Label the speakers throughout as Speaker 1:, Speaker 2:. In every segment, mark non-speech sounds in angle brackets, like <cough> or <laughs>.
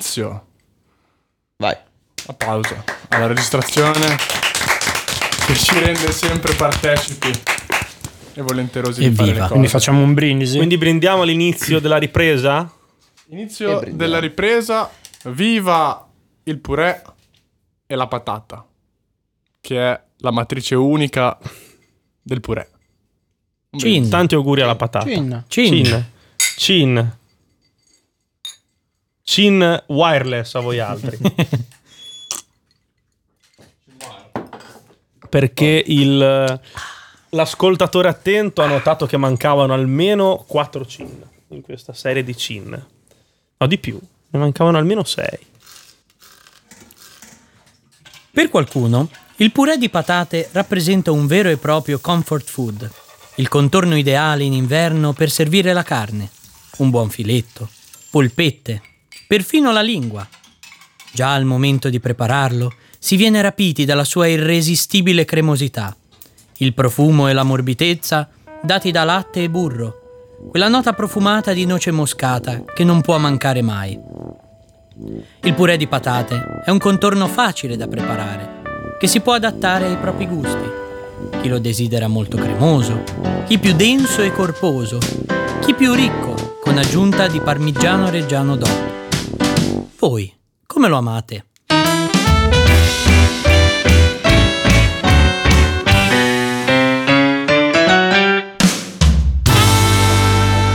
Speaker 1: Inizio.
Speaker 2: Vai.
Speaker 1: Applauso alla registrazione che ci rende sempre partecipi e volenterosi di fare
Speaker 3: Evviva.
Speaker 1: le
Speaker 3: Ah, Quindi
Speaker 1: cose.
Speaker 3: facciamo un brindisi.
Speaker 4: Quindi brindiamo all'inizio della ripresa?
Speaker 1: Inizio
Speaker 2: E brindiamo.
Speaker 1: della ripresa. Viva il purè e la patata, che è la matrice unica del purè. Un
Speaker 3: Cin.
Speaker 4: Tanti auguri alla patata.
Speaker 3: Cin. Cin.
Speaker 4: Cin. Cin. Cin wireless a voi altri. Perché il, Oh. l'ascoltatore attento ha notato che mancavano almeno 4 cin in questa serie di cin. No, di più. Ne mancavano almeno 6.
Speaker 3: <laughs> Per qualcuno, il purè di patate rappresenta un vero e proprio comfort food, il contorno ideale in inverno per servire la carne, un buon filetto, polpette, perfino la lingua. Già al momento di prepararlo, si viene rapiti dalla sua irresistibile cremosità, il profumo e la morbidezza dati da latte e burro, quella nota profumata di noce moscata che non può mancare mai. Il purè di patate è un contorno facile da preparare, che si può adattare ai propri gusti. Chi lo desidera molto cremoso, chi più denso e corposo, chi più ricco, con aggiunta di parmigiano reggiano d'oro. Voi, come lo amate?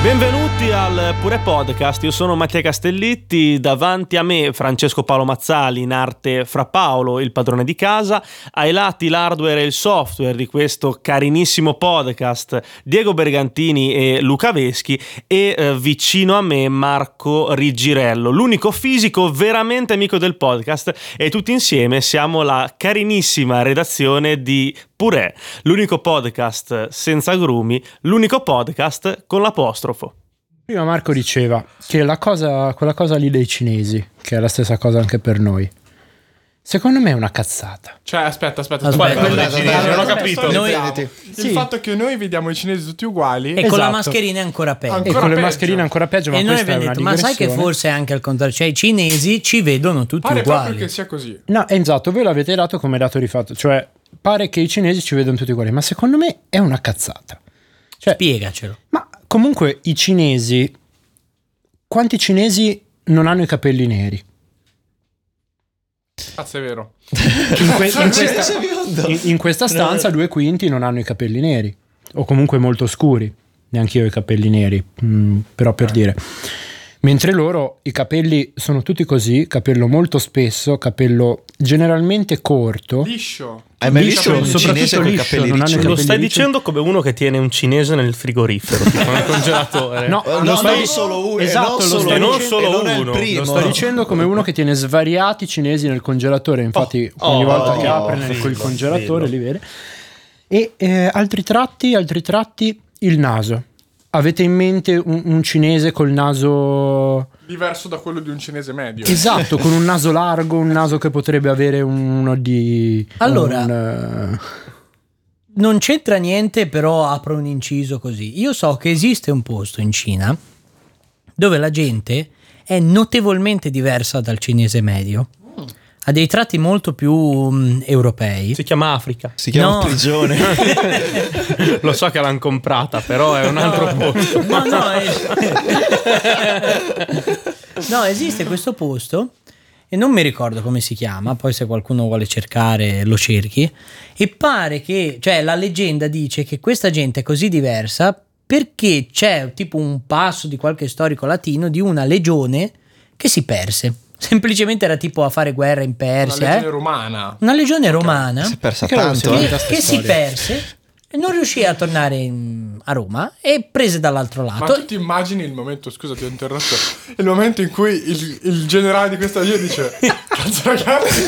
Speaker 4: Benvenuti al Pure Podcast, io sono Mattia Castellitti, davanti a me Francesco Paolo Mazzali in arte Fra Paolo, il padrone di casa, ai lati l'hardware e il software di questo carinissimo podcast Diego Bergantini e Luca Veschi e eh, vicino a me Marco Riggirello, l'unico fisico veramente amico del podcast e tutti insieme siamo la carinissima redazione di Pure, l'unico podcast senza grumi, l'unico podcast con l'apostrofo.
Speaker 5: Prima Marco diceva che la cosa, quella cosa lì dei cinesi, che è la stessa cosa anche per noi, secondo me è una cazzata.
Speaker 1: Cioè, aspetta, aspetta,
Speaker 3: Aspetta,
Speaker 1: aspetta.
Speaker 3: quella
Speaker 1: Aspetta,
Speaker 2: cinese,
Speaker 1: aspetta,
Speaker 2: non ho
Speaker 1: aspetta,
Speaker 2: capito.
Speaker 1: aspetta.
Speaker 2: Noi-
Speaker 1: Il
Speaker 5: Sì.
Speaker 1: fatto che noi vediamo i cinesi tutti uguali
Speaker 3: E con la
Speaker 5: Esatto.
Speaker 3: mascherina è ancora peggio.
Speaker 1: Ancora
Speaker 5: E con le
Speaker 1: peggio.
Speaker 5: mascherine ancora peggio, ma
Speaker 3: e noi
Speaker 5: questa è
Speaker 3: abbiamo
Speaker 5: una
Speaker 3: detto, ma sai che
Speaker 5: digressione.
Speaker 3: forse anche al contrario, cioè i cinesi ci vedono tutti
Speaker 1: pare
Speaker 3: uguali.
Speaker 1: proprio che sia così.
Speaker 5: No, è esatto, voi l'avete dato come dato di fatto, cioè pare che i cinesi ci vedano tutti uguali, ma secondo me è una cazzata. Cioè,
Speaker 3: Spiegacelo.
Speaker 5: ma comunque i cinesi, quanti cinesi non hanno i capelli neri?
Speaker 1: Cazzo, è vero. Cioè,
Speaker 5: In, que- in
Speaker 2: Sì,
Speaker 4: Eh,
Speaker 5: questa,
Speaker 2: sei biondo.
Speaker 5: in- in questa stanza due quinti non hanno i capelli neri o comunque molto scuri neanche io ho i capelli neri mm, però per dire mentre loro i capelli sono tutti così capello molto spesso capello generalmente corto
Speaker 1: Liscio.
Speaker 2: Hai mai
Speaker 5: Eh, Liscio,
Speaker 2: visto un
Speaker 5: soprattutto
Speaker 2: cinese con i
Speaker 5: liscio,
Speaker 2: capelli
Speaker 5: non hanno i
Speaker 2: ricci?
Speaker 4: Lo
Speaker 5: capelli
Speaker 4: stai
Speaker 5: ricci.
Speaker 4: dicendo come uno che tiene un cinese nel frigorifero, tipo nel congelatore.
Speaker 5: no,
Speaker 2: Eh,
Speaker 5: lo
Speaker 2: no,
Speaker 5: stai
Speaker 2: non
Speaker 5: di-
Speaker 2: solo uno, eh,
Speaker 5: esatto,
Speaker 2: non
Speaker 5: lo
Speaker 2: solo
Speaker 5: stai
Speaker 4: uno.
Speaker 5: dicendo-
Speaker 4: solo
Speaker 2: e non è il
Speaker 4: uno,
Speaker 2: primo.
Speaker 4: lo
Speaker 5: Sto dicendo come uno che tiene svariati cinesi nel congelatore, infatti
Speaker 4: Oh,
Speaker 5: ogni
Speaker 4: oh,
Speaker 5: volta che
Speaker 4: oh,
Speaker 5: apre nel
Speaker 4: bello,
Speaker 5: col congelatore
Speaker 4: bello.
Speaker 5: li vede. E eh, altri tratti, altri tratti, il naso. Avete in mente un, un cinese col naso
Speaker 1: Diverso da quello di un cinese medio.
Speaker 5: esatto, con un naso largo, un naso che potrebbe avere uno di
Speaker 3: Allora,
Speaker 5: un,
Speaker 3: Non c'entra niente, però apro un inciso così. Io so che esiste un posto in Cina dove la gente è notevolmente diversa dal cinese medio. Ha dei tratti molto più mm, europei.
Speaker 4: <laughs> Si chiama Africa.
Speaker 2: Si chiama
Speaker 3: No.
Speaker 2: prigione.
Speaker 4: <laughs> Lo so che l'hanno comprata, però è un altro posto.
Speaker 3: No, no, es- No, esiste questo posto e non mi ricordo come si chiama, poi se qualcuno vuole cercare lo cerchi. E pare che, cioè la leggenda dice che questa gente è così diversa perché c'è tipo un passo di qualche storico latino di una legione che si perse. Semplicemente era tipo a fare guerra in
Speaker 1: Una
Speaker 3: Persia.
Speaker 1: legione
Speaker 3: eh.
Speaker 1: romana.
Speaker 3: Una legione romana
Speaker 2: si è persa
Speaker 5: Che non si
Speaker 2: tanto.
Speaker 5: vede.
Speaker 2: eh.
Speaker 3: che, che si perse e non riuscì a tornare in- a Roma e prese dall'altro
Speaker 1: Ma
Speaker 3: lato. <laughs>
Speaker 1: tu ti immagini il momento, scusa ti ho interrotto, il momento in cui il, il generale di questa legione dice Cazzo ragazzi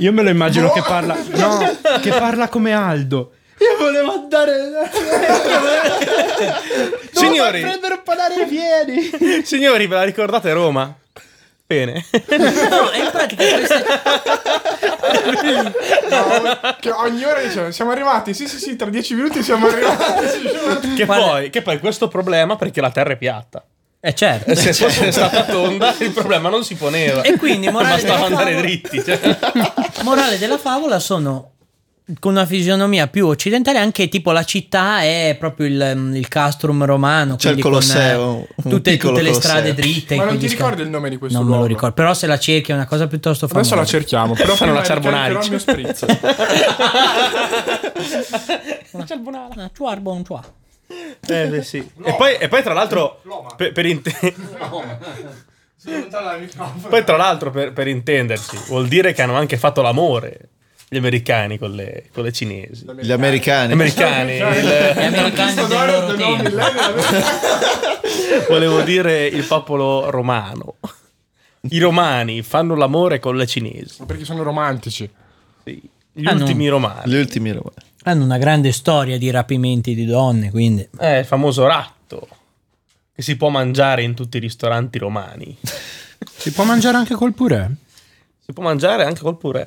Speaker 5: Io me lo immagino che parla no, eh, che parla come Aldo. Io volevo andare
Speaker 4: Signori,
Speaker 5: per parlare i piedi.
Speaker 4: signori, ve la <laughs> ricordate Roma? Bene.
Speaker 2: <laughs>
Speaker 3: No, e in pratica questa,
Speaker 1: No, che ogni ora dicevano siamo arrivati. Sì, sì, sì, tra dieci minuti siamo arrivati.
Speaker 4: Che
Speaker 3: Guarda-
Speaker 4: poi, che poi questo problema perché la Terra è piatta.
Speaker 3: Eh certo.
Speaker 4: Se fosse stata tonda, il problema non si poneva.
Speaker 3: E quindi, morale
Speaker 4: bastava
Speaker 3: della
Speaker 4: andare
Speaker 3: favola-
Speaker 4: dritti. cioè.
Speaker 3: Morale della favola sono con una fisionomia più occidentale, anche tipo la città è proprio il, mm, il castrum romano.
Speaker 2: C'è il
Speaker 3: quindi con,
Speaker 2: Colosseo,
Speaker 3: eh,
Speaker 2: un
Speaker 3: tutte,
Speaker 2: piccolo
Speaker 3: tutte le
Speaker 2: Colosseo.
Speaker 3: strade dritte.
Speaker 1: Ma non
Speaker 3: in quegli
Speaker 1: ti
Speaker 3: sca-
Speaker 1: ricordi il nome di questo
Speaker 3: Non me lo
Speaker 1: luogo?
Speaker 3: ricordo, però se la cerchi è una cosa piuttosto famosa.
Speaker 1: Adesso la cerchiamo. Però
Speaker 4: Fanno la
Speaker 1: prima
Speaker 4: Carbonari.
Speaker 1: ricaricherò il mio spritz.
Speaker 3: Ah, tuar, buon tuar.
Speaker 4: Eh, beh, sì. E, poi, e poi, tra l'altro,
Speaker 1: Loma.
Speaker 4: per, per inte- poi, tra l'altro, per, per intenderci, vuol dire che hanno anche fatto l'amore gli americani con le, con le cinesi. Gli
Speaker 2: Gli americani.
Speaker 4: americani, il-
Speaker 1: Cioè,
Speaker 3: Gli americani del loro tempo.
Speaker 4: <laughs> volevo dire il popolo romano. I romani fanno l'amore con le cinesi.
Speaker 1: Perché sono romantici.
Speaker 4: sì. Gli
Speaker 3: Ah, no.
Speaker 4: ultimi romani.
Speaker 2: Gli ultimi romani.
Speaker 3: Hanno una grande storia di rapimenti di donne, quindi
Speaker 4: Eh, il famoso ratto che si può mangiare in tutti i ristoranti romani.
Speaker 5: Si può mangiare anche col purè?
Speaker 4: Si può mangiare anche col purè.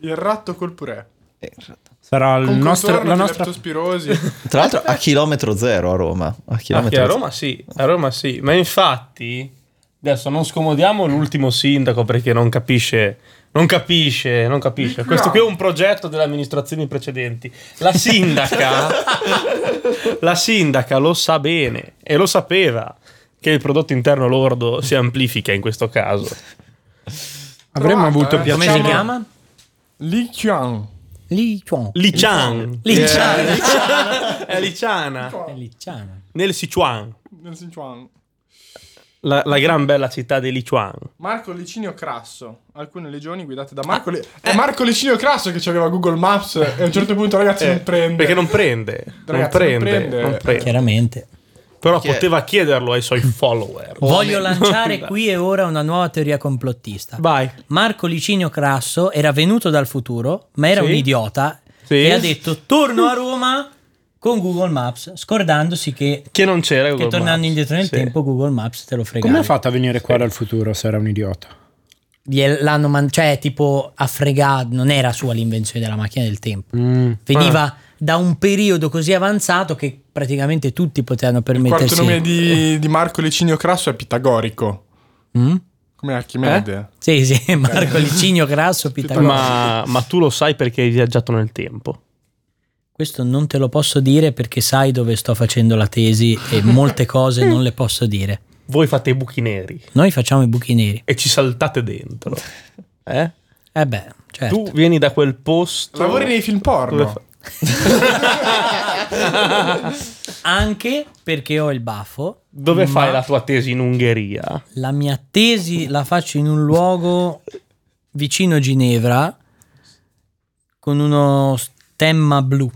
Speaker 1: Il ratto col purè.
Speaker 2: Eh, esatto.
Speaker 5: Sarà il
Speaker 1: Con
Speaker 5: nostro,
Speaker 1: contorno
Speaker 5: la
Speaker 1: di
Speaker 5: nostra
Speaker 1: leptospirosi.
Speaker 2: Tra l'altro a chilometro zero a Roma. A chilometro
Speaker 4: Anche Ah, a Roma sì, a Roma sì, ma infatti adesso non scomodiamo l'ultimo sindaco perché non capisce, non capisce, non capisce. Questo qui è un progetto delle amministrazioni precedenti.
Speaker 3: <laughs>
Speaker 4: La sindaca, la sindaca lo sa bene e lo sapeva che il prodotto interno lordo si amplifica in questo caso.
Speaker 5: <laughs> avremmo
Speaker 1: Trovata,
Speaker 5: avuto
Speaker 1: eh.
Speaker 5: piacere.
Speaker 3: come si chiama?
Speaker 1: Li Qian.
Speaker 3: Li Chuan.
Speaker 4: Lician,
Speaker 3: Li Chuan.
Speaker 4: Eh, è Liciana,
Speaker 3: Li Chuan.
Speaker 4: nel Sichuan,
Speaker 1: Nel Sichuan.
Speaker 4: la, la gran bella città di Lichuan.
Speaker 1: Marco Licinio Crasso. Alcune legioni guidate da Marco Le-
Speaker 4: Ah, eh.
Speaker 1: È Marco Licinio Crasso che aveva Google Maps e a un certo punto, ragazzi, non prende.
Speaker 4: Eh, Perché non prende, non
Speaker 1: Ragazzi, non
Speaker 4: prende,
Speaker 1: prende.
Speaker 4: non prende.
Speaker 3: Chiaramente.
Speaker 4: Però
Speaker 2: Chi è?
Speaker 4: poteva chiederlo ai suoi follower. <laughs>
Speaker 3: Voglio <laughs> lanciare qui e ora una nuova teoria complottista.
Speaker 4: Vai.
Speaker 3: Marco Licinio Crasso era venuto dal futuro, ma era
Speaker 4: Sì.
Speaker 3: un idiota
Speaker 4: Sì.
Speaker 3: e ha detto torno a Roma con Google Maps, scordandosi che,
Speaker 4: Che non c'era
Speaker 3: che
Speaker 4: Google
Speaker 3: tornando
Speaker 4: Maps.
Speaker 3: indietro nel
Speaker 4: Sì.
Speaker 3: tempo Google Maps te lo fregava.
Speaker 5: Come ha fatto a venire qua dal futuro se era un idiota?
Speaker 3: Gliel- l'hanno man- cioè tipo ha fregato, non era sua l'invenzione della macchina del tempo.
Speaker 5: Mm.
Speaker 3: Veniva
Speaker 4: Ah.
Speaker 3: da un periodo così avanzato che praticamente tutti potevano
Speaker 1: Il quarto
Speaker 3: permettersi.
Speaker 1: nome di, di Marco Licinio Crasso è pitagorico.
Speaker 3: Mm?
Speaker 1: Come Archimede.
Speaker 3: Sì, sì, <laughs> Marco Licinio Grasso Pitagora.
Speaker 4: Eh. Ma, ma tu lo sai perché hai viaggiato nel tempo.
Speaker 3: Questo non te lo posso dire perché sai dove sto facendo la tesi
Speaker 4: <laughs>
Speaker 3: e molte cose non le posso dire.
Speaker 4: Voi fate i buchi neri
Speaker 3: Noi facciamo i buchi neri.
Speaker 4: e ci saltate dentro.
Speaker 3: Certo.
Speaker 4: Eh?
Speaker 3: Eh beh, certo.
Speaker 4: Tu vieni da quel posto.
Speaker 1: Lavori nei film porno.
Speaker 4: Eh? Dove fa-
Speaker 3: Anche perché ho il baffo.
Speaker 4: Dove
Speaker 3: ma
Speaker 4: fai la tua tesi in Ungheria?
Speaker 3: La mia tesi la faccio in un luogo vicino Ginevra con uno stemma blu.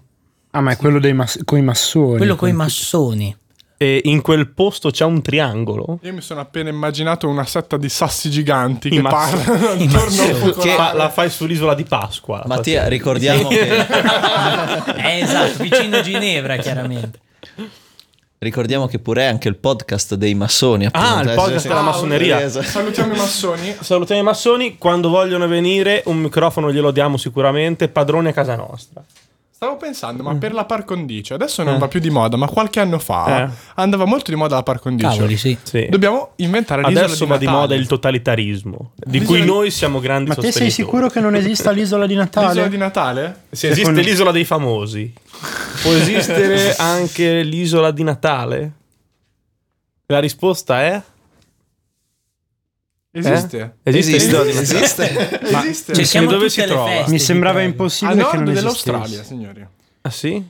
Speaker 5: Ah, ma è quello dei mas- coi massoni.
Speaker 3: Quello con i
Speaker 4: <laughs>
Speaker 3: massoni.
Speaker 4: E in quel posto c'è un triangolo.
Speaker 1: Io mi sono appena immaginato una setta di sassi giganti che
Speaker 4: mazzi. <laughs>
Speaker 1: parlano
Speaker 3: I
Speaker 1: intorno al
Speaker 2: Che-
Speaker 1: focolare.
Speaker 4: Fa- la fai sull'isola di Pasqua.
Speaker 2: Mattia, ricordiamo che,
Speaker 3: Eh, esatto, vicino Ginevra chiaramente.
Speaker 2: ricordiamo che pure è anche il podcast dei massoni. appunto,
Speaker 4: Ah, il
Speaker 2: eh,
Speaker 4: podcast della massoneria.
Speaker 2: Eh, esatto.
Speaker 1: Salutiamo i massoni.
Speaker 4: Salutiamo i massoni. Quando vogliono venire, un microfono glielo diamo sicuramente. Padrone a casa nostra.
Speaker 1: Stavo pensando, ma per la par condicio, adesso non va più di moda, ma qualche anno fa
Speaker 4: Eh.
Speaker 1: andava molto di moda la par condicio.
Speaker 3: Cavoli, sì.
Speaker 4: Sì.
Speaker 1: Dobbiamo inventare l'isola
Speaker 4: Adesso
Speaker 1: di
Speaker 4: va di
Speaker 1: Natale.
Speaker 4: moda il totalitarismo, di
Speaker 1: L'isola
Speaker 4: cui
Speaker 1: di-
Speaker 4: noi siamo grandi
Speaker 5: Ma te sei
Speaker 4: sostenitori.
Speaker 5: sicuro che non <laughs> esista l'isola di
Speaker 1: L'isola
Speaker 5: Natale?
Speaker 1: di Natale?
Speaker 4: Se esiste
Speaker 5: Secondo-
Speaker 4: l'isola dei famosi, può esistere anche l'isola di Natale? La risposta è...
Speaker 1: Esiste. <laughs>
Speaker 4: Eh? Esiste l'isola di Natale?
Speaker 2: Esiste.
Speaker 1: Esiste.
Speaker 3: Cerchiamo
Speaker 4: dove
Speaker 3: tutte
Speaker 4: si
Speaker 3: le
Speaker 4: trova?
Speaker 3: feste,
Speaker 5: Mi
Speaker 3: ti
Speaker 5: sembrava
Speaker 3: prego.
Speaker 1: A
Speaker 5: impossibile che
Speaker 1: nord
Speaker 5: non
Speaker 1: dell'Australia,
Speaker 5: esistesse.
Speaker 1: signori.
Speaker 4: Ah sì?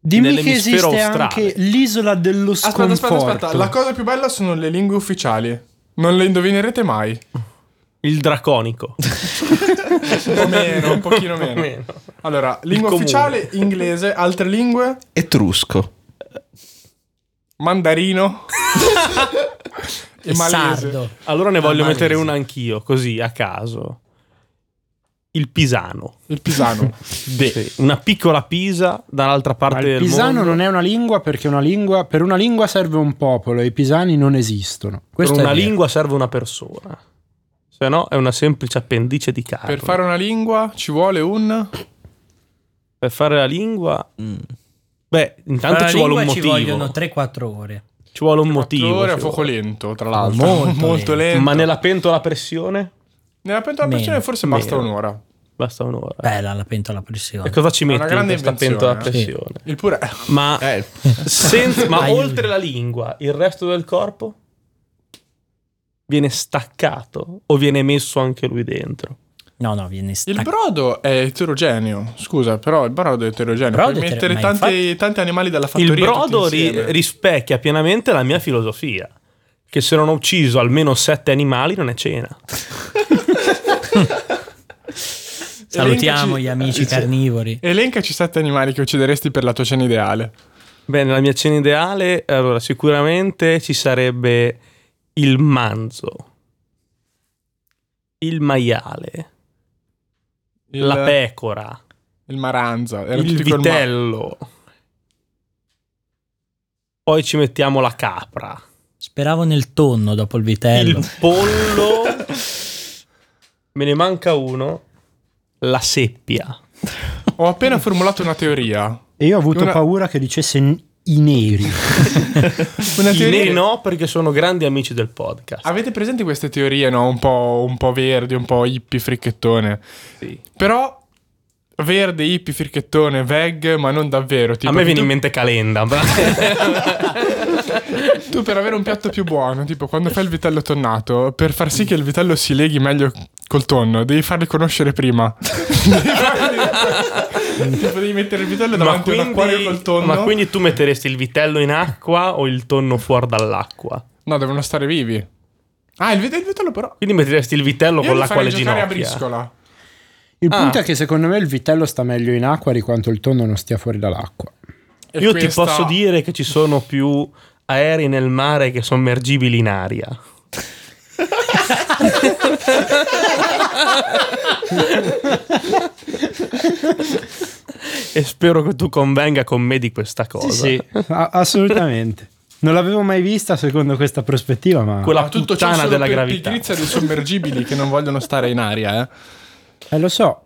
Speaker 5: Dimmi che
Speaker 4: Nell'emisfero
Speaker 5: esiste
Speaker 4: australe.
Speaker 5: anche l'isola dello
Speaker 1: Aspetta,
Speaker 5: sconforto.
Speaker 1: aspetta, aspetta. La cosa più bella sono le lingue ufficiali. Non le indovinerete mai.
Speaker 4: Il draconico.
Speaker 1: Un po' meno, un pochino
Speaker 4: Più o
Speaker 1: meno.
Speaker 4: meno.
Speaker 1: Allora, lingua
Speaker 4: comune.
Speaker 1: ufficiale, inglese, altre lingue,
Speaker 2: Etrusco.
Speaker 1: mandarino e malese.
Speaker 3: Sardo.
Speaker 4: Allora ne voglio
Speaker 3: malese.
Speaker 4: mettere una anch'io, così a caso. Il Pisano.
Speaker 1: Il pisano.
Speaker 4: Sì, Una piccola Pisa dall'altra parte
Speaker 5: Ma
Speaker 4: del
Speaker 5: il pisano
Speaker 4: mondo.
Speaker 5: non è una lingua perché una lingua, per una lingua serve un popolo e i pisani non esistono.
Speaker 4: Per
Speaker 3: Questo è
Speaker 4: una
Speaker 3: vero.
Speaker 4: lingua serve una persona. Se no, è una semplice appendice di carne.
Speaker 1: Per fare una lingua ci vuole un...
Speaker 4: Per fare la lingua.
Speaker 2: Mm.
Speaker 4: Beh, intanto
Speaker 3: Alla
Speaker 4: ci vuole un
Speaker 3: lingua
Speaker 4: motivo.
Speaker 3: Ci vogliono 3-4 ore.
Speaker 4: Ci vuole un motivo.
Speaker 1: Quattro ore a
Speaker 4: ci
Speaker 1: fuoco
Speaker 4: vuole. Ah,
Speaker 1: lento, tra l'altro. <laughs>
Speaker 3: Molto
Speaker 1: lento.
Speaker 4: Ma nella pentola a pressione
Speaker 1: Nella pentola a
Speaker 3: Meno.
Speaker 1: pressione forse basta
Speaker 4: Meno.
Speaker 1: un'ora.
Speaker 4: basta un'ora.
Speaker 3: Bella la pentola a pressione.
Speaker 4: E cosa ci metti in
Speaker 1: grande
Speaker 4: questa pentola
Speaker 1: invenzione,
Speaker 4: a
Speaker 1: eh.
Speaker 4: pressione?
Speaker 1: Il purè.
Speaker 4: Ma,
Speaker 2: Eh,
Speaker 4: senza- ma
Speaker 3: Ai-
Speaker 4: oltre la lingua, il resto del corpo viene staccato o viene messo anche lui dentro?
Speaker 3: No, no, viene
Speaker 1: Il
Speaker 3: staccato.
Speaker 1: brodo è eterogeneo. Scusa, però il brodo è eterogeneo.
Speaker 3: Brodo
Speaker 1: Puoi
Speaker 3: è etere-
Speaker 1: mettere
Speaker 3: ma
Speaker 1: tanti, tanti animali dalla fattoria.
Speaker 4: Il brodo
Speaker 1: tutti
Speaker 4: ri-
Speaker 1: insieme.
Speaker 4: rispecchia pienamente la mia filosofia. Che se non ho ucciso almeno sette animali non è cena.
Speaker 3: Salutiamo
Speaker 1: Elencaci- <laughs>
Speaker 3: gli amici carnivori.
Speaker 1: Elencaci sette animali che uccideresti per la tua cena ideale.
Speaker 4: Bene, la mia cena ideale, allora sicuramente ci sarebbe il manzo, il maiale,
Speaker 1: Il,
Speaker 4: la pecora,
Speaker 1: Il maranza. Era
Speaker 4: il
Speaker 1: tutti col ma-
Speaker 4: vitello. Poi ci mettiamo la capra,
Speaker 3: Speravo nel tonno dopo il vitello.
Speaker 4: il
Speaker 1: <laughs>
Speaker 4: pollo. Me ne manca uno, la seppia.
Speaker 1: Ho appena formulato una teoria.
Speaker 5: E io ho avuto
Speaker 1: Una-
Speaker 5: paura che dicesse n- i neri.
Speaker 1: Una
Speaker 4: I
Speaker 1: teoria.
Speaker 4: neri no perché sono grandi amici del podcast.
Speaker 1: Avete presente queste teorie, no? Un po', un po' verdi, un po' hippie, fricchettone.
Speaker 4: Sì.
Speaker 1: Però verde, hippie, fricchettone, veg, ma non davvero. Tipo,
Speaker 4: A me
Speaker 1: che
Speaker 4: viene
Speaker 1: tu-
Speaker 4: in
Speaker 1: <laughs>
Speaker 4: mente Calenda.
Speaker 1: Tu per avere un piatto più buono, tipo quando fai il vitello tonnato, per far sì che il vitello si leghi meglio col tonno, devi farli conoscere prima. <laughs> devi, farli- tipo, devi mettere il vitello
Speaker 4: Ma
Speaker 1: davanti a un acquario col
Speaker 4: quindi,
Speaker 1: tonno.
Speaker 4: ma quindi tu metteresti il vitello in acqua o il tonno fuori dall'acqua?
Speaker 1: No, devono stare vivi. Ah, il, vite- il vitello però...
Speaker 4: Quindi metteresti il vitello
Speaker 1: Io
Speaker 4: con
Speaker 1: li
Speaker 4: l'acqua
Speaker 1: farei
Speaker 4: alle
Speaker 1: giocare
Speaker 4: ginocchia.
Speaker 1: a briscola.
Speaker 5: Il
Speaker 4: Ah.
Speaker 5: punto è che secondo me il vitello sta meglio in acqua di quanto il tonno non stia fuori dall'acqua.
Speaker 1: E
Speaker 4: Io ti
Speaker 1: questa-
Speaker 4: posso dire che ci sono più aerei nel mare che sommergibili in aria.
Speaker 1: <laughs>
Speaker 4: e spero che tu convenga con me di questa cosa.
Speaker 5: A- assolutamente. Non l'avevo mai vista secondo questa prospettiva, ma
Speaker 4: Quella
Speaker 1: Ma tutto ciò
Speaker 4: puttana
Speaker 1: solo
Speaker 4: della
Speaker 1: per
Speaker 4: gravità.
Speaker 1: pigrizia dei sommergibili che non vogliono stare in aria, eh.
Speaker 5: eh, lo so.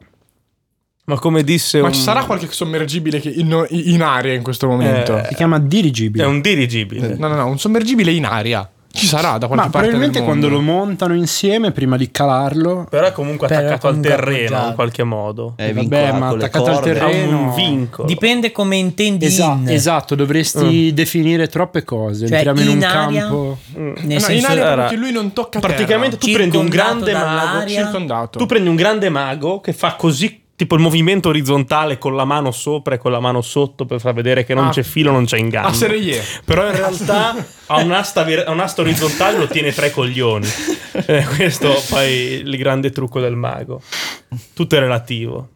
Speaker 4: Ma come disse
Speaker 1: Ma
Speaker 4: un-
Speaker 1: ci sarà qualche sommergibile che in, in aria in questo momento?
Speaker 4: Eh,
Speaker 5: Si chiama
Speaker 4: È
Speaker 5: dirigibile.
Speaker 4: un dirigibile.
Speaker 1: No, no, no, un sommergibile in aria. Ci sarà da qualche parte. del
Speaker 5: Ma probabilmente
Speaker 1: mondo.
Speaker 5: quando lo montano insieme prima di calarlo.
Speaker 4: Però è comunque
Speaker 3: Però è
Speaker 4: attaccato
Speaker 3: comunque
Speaker 4: al terreno
Speaker 3: appoggiato.
Speaker 4: in qualche modo.
Speaker 2: è
Speaker 5: Vabbè,
Speaker 2: vincolato
Speaker 5: ma
Speaker 2: con le
Speaker 5: attaccato al
Speaker 2: corde.
Speaker 4: Ha
Speaker 5: terreno.
Speaker 4: un
Speaker 5: no.
Speaker 4: vincolo.
Speaker 3: Dipende come intendi
Speaker 5: Esa-
Speaker 3: in.
Speaker 5: esatto, dovresti definire troppe cose.
Speaker 3: Cioè,
Speaker 5: Entriamo in un
Speaker 3: in aria-
Speaker 5: campo.
Speaker 3: Nel
Speaker 1: No, in
Speaker 3: senso-
Speaker 1: aria
Speaker 4: Allora,
Speaker 1: perché lui non tocca
Speaker 4: Mm. Praticamente tu prendi un
Speaker 3: Circondato
Speaker 4: grande mago.
Speaker 3: dall'aria.
Speaker 1: terra, circondato.
Speaker 4: Tu prendi un grande mago che fa così. Tipo il movimento orizzontale con la mano sopra e con la mano sotto per far vedere che non
Speaker 1: Ah.
Speaker 4: c'è filo, non c'è inganno.
Speaker 1: Ah, se ye.
Speaker 4: Però in realtà ha un'asta, ver- ha un'asta orizzontale e lo tiene tra i coglioni. Eh, questo poi il grande trucco del mago. Tutto è relativo.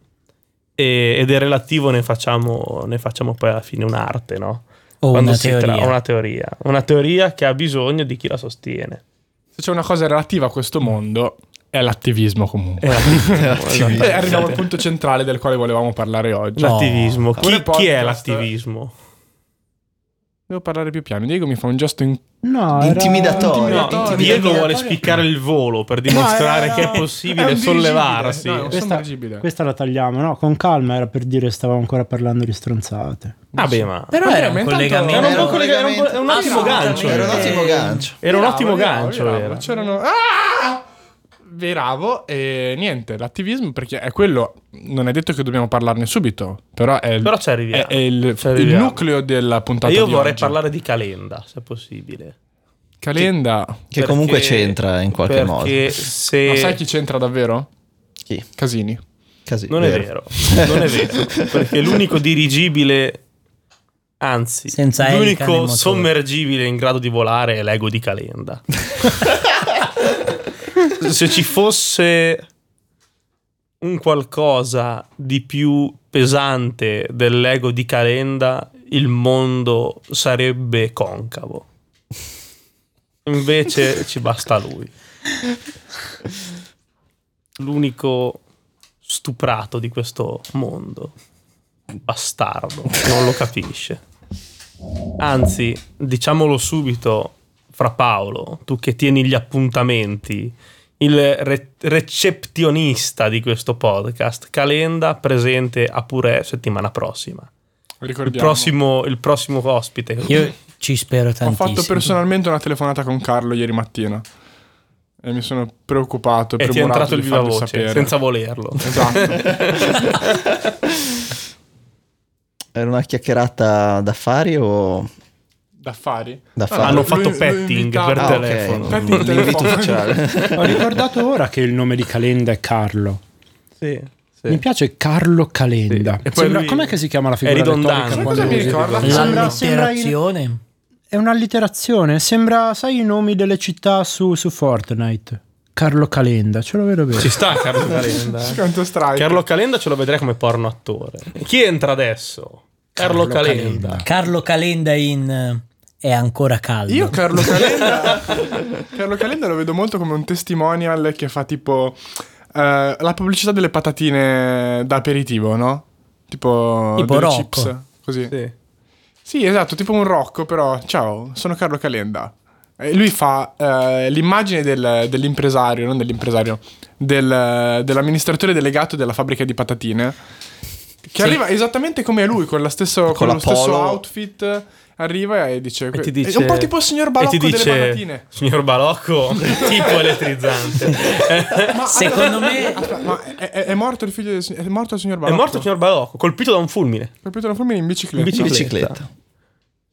Speaker 4: E- ed è relativo ne facciamo, ne facciamo poi alla fine un'arte, no?
Speaker 3: O
Speaker 4: Quando
Speaker 3: una
Speaker 4: si tra-
Speaker 3: teoria.
Speaker 4: una teoria. Una teoria che ha bisogno di chi la sostiene.
Speaker 1: Se c'è una cosa relativa a questo mondo, è Eh, l'attivismo
Speaker 4: Eh,
Speaker 1: comunque.
Speaker 4: L'attivismo.
Speaker 1: E Eh, arriviamo al punto centrale del quale volevamo parlare oggi.
Speaker 3: No.
Speaker 4: L'attivismo. Chi,
Speaker 1: Pure
Speaker 4: chi è
Speaker 1: podcast.
Speaker 4: l'attivismo?
Speaker 1: Devo parlare più piano. Diego mi fa un gesto in...
Speaker 5: No, era-
Speaker 2: Intimidatorio.
Speaker 1: No,
Speaker 4: No, Diego vuole spiccare il volo per dimostrare
Speaker 5: No, no, no.
Speaker 4: che è
Speaker 1: È
Speaker 4: possibile
Speaker 1: un dirigibile.
Speaker 4: sollevarsi.
Speaker 1: No, è un
Speaker 5: Questa,
Speaker 1: sommergibile.
Speaker 5: questa la tagliamo, no? Con calma era per dire stavamo ancora parlando di stronzate.
Speaker 4: Vabbè, ma
Speaker 3: Però
Speaker 1: Ma
Speaker 3: era
Speaker 1: veramente
Speaker 3: un
Speaker 1: tanto-
Speaker 3: collegamento.
Speaker 4: era un, po'
Speaker 2: un
Speaker 4: collega- era un po'- era un ottimo
Speaker 3: collegamento.
Speaker 4: gancio.
Speaker 2: Era un
Speaker 4: era.
Speaker 2: ottimo gancio.
Speaker 4: Era un
Speaker 1: Viravo,
Speaker 4: ottimo
Speaker 1: viravo,
Speaker 4: gancio.
Speaker 1: viravo.
Speaker 4: era.
Speaker 1: C'erano... Ah! Viravo e niente, l'attivismo perché è quello, non è detto che dobbiamo parlarne subito, però è il,
Speaker 4: Però ci arriviamo.
Speaker 1: è- è il-
Speaker 4: Ci arriviamo.
Speaker 1: il nucleo della
Speaker 4: E
Speaker 1: puntata
Speaker 4: io
Speaker 1: di
Speaker 4: vorrei
Speaker 1: oggi.
Speaker 4: parlare di Calenda, se possibile.
Speaker 1: Calenda,
Speaker 2: Che
Speaker 4: Perché-
Speaker 2: comunque c'entra in qualche
Speaker 4: perché
Speaker 2: modo.
Speaker 4: se...
Speaker 1: ma sai chi c'entra davvero?
Speaker 2: Chi?
Speaker 1: Casini.
Speaker 2: Casi-
Speaker 4: Non è vero. Non è
Speaker 2: <laughs>
Speaker 4: vero. perché l'unico dirigibile... Anzi,
Speaker 3: Senza elica né
Speaker 4: l'unico
Speaker 3: motore.
Speaker 4: sommergibile in grado di volare è l'ego di Calenda. se ci fosse un qualcosa di più pesante dell'ego di Calenda, il mondo sarebbe concavo. Invece ci basta lui. L'unico stuprato di questo mondo. Bastardo, che non lo capisce. Anzi, diciamolo subito, fra Paolo, tu che tieni gli appuntamenti
Speaker 6: il
Speaker 4: re- recepzionista di questo podcast, Calenda, presente a Purè settimana prossima. Il
Speaker 1: Ricordiamo.
Speaker 4: prossimo, il prossimo ospite.
Speaker 3: Io ci spero
Speaker 1: Ho
Speaker 3: tantissimo.
Speaker 1: fatto personalmente una telefonata con Carlo ieri mattina e mi sono preoccupato.
Speaker 4: e ti è
Speaker 1: premurato
Speaker 4: entrato il
Speaker 1: di
Speaker 4: viva
Speaker 1: fargli
Speaker 4: voce
Speaker 1: sapere.
Speaker 4: senza volerlo.
Speaker 1: Esatto.
Speaker 2: Era una chiacchierata d'affari o
Speaker 1: D'affari?
Speaker 2: d'affari?
Speaker 1: Ah,
Speaker 4: Hanno
Speaker 1: lui-
Speaker 4: fatto
Speaker 1: lui
Speaker 4: petting
Speaker 1: invitava-
Speaker 4: per
Speaker 1: Ah,
Speaker 2: ok.
Speaker 4: telefono.
Speaker 1: Infatti il
Speaker 2: L'invito
Speaker 1: telefono- <laughs>
Speaker 4: <laughs>
Speaker 2: ufficiale.
Speaker 5: Ho ricordato ora che il nome di Calenda è Carlo.
Speaker 4: <laughs> Sì, sì.
Speaker 5: Mi piace Carlo Calenda.
Speaker 4: Sì. E poi
Speaker 5: Sembra-
Speaker 4: lui-
Speaker 5: Com'è che si chiama la figura
Speaker 4: è
Speaker 5: retorica
Speaker 4: ridondante.
Speaker 5: quando
Speaker 1: Cosa mi
Speaker 5: usi-
Speaker 1: ricorda?
Speaker 5: Sembra- sembra il-
Speaker 3: L'allitterazione.
Speaker 5: È un'allitterazione. Sembra, sai, i nomi delle città su, su Fortnite. Carlo Calenda, ce lo vedo bene.
Speaker 4: Ci sta
Speaker 5: <laughs>
Speaker 4: Carlo Calenda. eh.
Speaker 1: Counter Strike.
Speaker 4: Carlo Calenda ce lo vedrai come porno attore. Chi entra adesso? Carlo,
Speaker 5: Carlo
Speaker 4: Calenda.
Speaker 5: Calenda.
Speaker 3: Carlo Calenda in eh, È ancora caldo.
Speaker 1: Io Carlo
Speaker 4: <laughs>
Speaker 1: Calenda Carlo Calenda lo vedo molto come un testimonial che fa tipo eh, la pubblicità delle patatine da aperitivo, no? Tipo,
Speaker 3: Tipo
Speaker 1: delle
Speaker 3: Rocco.
Speaker 1: chips, così. Sì.
Speaker 4: Sì.
Speaker 1: esatto, tipo un Rocco, però ciao, sono Carlo Calenda. E lui fa eh, l'immagine del- dell'impresario, non dell'impresario, del- dell'amministratore delegato della fabbrica di patatine. Che arriva esattamente come lui, con, la stesso, con
Speaker 2: la
Speaker 1: lo stesso
Speaker 2: polo.
Speaker 1: outfit. Arriva e dice:
Speaker 4: E ti dice,
Speaker 1: È un po' tipo il signor Balocco
Speaker 4: e ti dice,
Speaker 1: delle patatine.
Speaker 4: Signor
Speaker 1: <laughs>
Speaker 4: Balocco, tipo elettrizzante.
Speaker 1: Ma-
Speaker 3: Secondo
Speaker 1: <laughs>
Speaker 3: me-
Speaker 1: Aspetta, ma è, è- è morto il figlio del sig- è morto il signor
Speaker 4: È
Speaker 1: Balocco.
Speaker 4: morto il signor Balocco, colpito da un fulmine.
Speaker 1: Colpito da una fulmine in bicicletta.
Speaker 4: In bicicletta.
Speaker 2: Bicicletta.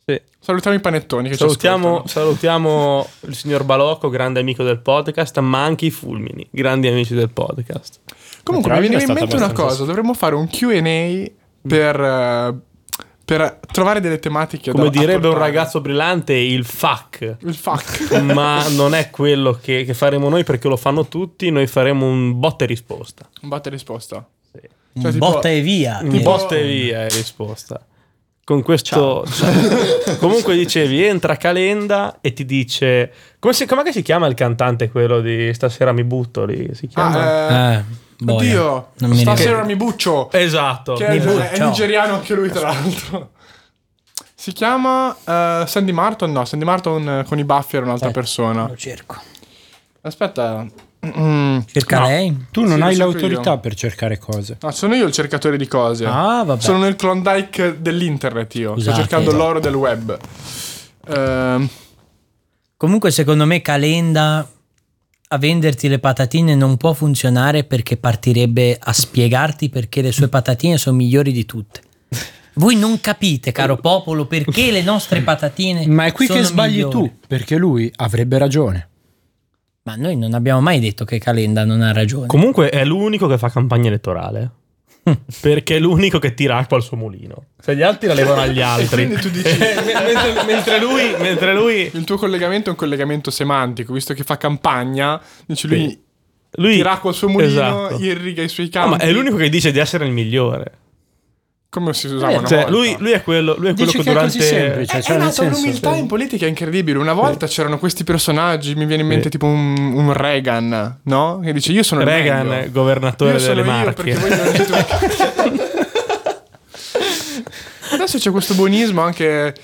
Speaker 4: Sì.
Speaker 1: Salutiamo i panettoni che
Speaker 4: Salutiamo,
Speaker 1: ci
Speaker 4: salutiamo il signor Balocco, grande amico del podcast, ma anche i fulmini, grandi amici del podcast.
Speaker 1: ascoltano. Comunque
Speaker 5: Tra
Speaker 1: mi
Speaker 5: l'altro
Speaker 1: veniva in
Speaker 5: è
Speaker 1: mente
Speaker 5: stata
Speaker 1: una
Speaker 5: abbastanza
Speaker 1: cosa, dovremmo fare un Q&A per eh, per trovare delle tematiche da
Speaker 4: Come direbbe un
Speaker 1: apportare.
Speaker 4: ragazzo brillante, il fuck.
Speaker 1: il
Speaker 4: <laughs>
Speaker 1: fuck.
Speaker 4: ma non è quello che, che faremo noi perché lo fanno tutti. Noi faremo un botta e risposta.
Speaker 1: Un batte risposta.
Speaker 3: Un
Speaker 1: Cioè, tipo-
Speaker 3: botta e via.
Speaker 4: Un
Speaker 3: che-
Speaker 4: botta e via e risposta. Con questo. <laughs> Comunque dicevi, entra Calenda e ti dice. Come si, com'è che si chiama il cantante quello di Stasera mi butto lì? Si chiama?
Speaker 1: Ah, eh,
Speaker 3: Eh, boia.
Speaker 1: oddio.
Speaker 3: Non mi
Speaker 1: Stasera
Speaker 3: ricordo. Eh,
Speaker 1: mi buccio.
Speaker 4: Esatto.
Speaker 1: Che è,
Speaker 3: Mi
Speaker 1: è
Speaker 3: buccio.
Speaker 1: nigeriano anche lui tra l'altro. Si chiama eh, Sandy Martin? No, Sandy Martin eh, con i baffi era un'altra
Speaker 3: Eh.
Speaker 1: persona.
Speaker 3: Lo cerco.
Speaker 1: Aspetta. Mm.
Speaker 3: Cerca
Speaker 1: No.
Speaker 3: lei?
Speaker 5: Tu non
Speaker 1: Sì, lo
Speaker 5: hai
Speaker 1: so
Speaker 5: l'autorità
Speaker 1: io.
Speaker 5: per cercare cose.
Speaker 1: No, sono io il cercatore di cose.
Speaker 3: Ah, vabbè.
Speaker 1: Sono nel Klondike dell'internet io.
Speaker 3: Scusate.
Speaker 1: Sto cercando l'oro del web. Ehm,
Speaker 3: Comunque, secondo me, Calenda a venderti le patatine non può funzionare perché partirebbe a spiegarti perché le sue patatine sono migliori di tutte. Voi non capite, caro popolo, perché le nostre patatine.
Speaker 5: Ma è qui che
Speaker 3: Eh, sono
Speaker 5: sbagli
Speaker 3: migliori.
Speaker 5: tu, perché lui avrebbe ragione.
Speaker 3: Ma noi non abbiamo mai detto che Calenda non ha ragione.
Speaker 4: Comunque è l'unico che fa campagna
Speaker 5: <laughs>
Speaker 4: elettorale. Perché è l'unico che tira acqua al suo mulino. Se gli altri la
Speaker 1: <laughs>
Speaker 4: levano agli altri.
Speaker 1: quindi tu dici-
Speaker 4: <laughs> mentre, mentre lui, mentre lui,
Speaker 1: il tuo collegamento è un collegamento semantico, visto che fa campagna, dici lui
Speaker 4: Sì. lui
Speaker 1: tira acqua al suo mulino,
Speaker 4: Esatto.
Speaker 1: irriga i suoi
Speaker 4: No,
Speaker 1: campi.
Speaker 4: ma è l'unico che dice di essere il migliore.
Speaker 1: Come si usava una
Speaker 4: Cioè,
Speaker 1: volta.
Speaker 4: lui, lui è quello, lui è quello
Speaker 5: Dici
Speaker 4: che
Speaker 5: che è
Speaker 4: durante.
Speaker 5: così semplice.
Speaker 1: È,
Speaker 5: cioè,
Speaker 1: è
Speaker 5: nel
Speaker 1: nata
Speaker 5: senso-
Speaker 1: un'umiltà in politica incredibile. Una volta c'erano questi personaggi, mi viene in mente tipo un, un Reagan, no? Che dice io sono il
Speaker 4: Reagan,
Speaker 1: meglio.
Speaker 4: governatore
Speaker 1: Io sono
Speaker 4: delle
Speaker 1: io
Speaker 4: Marche.
Speaker 1: perché voi non avete mai capito. <laughs> Adesso c'è questo buonismo anche.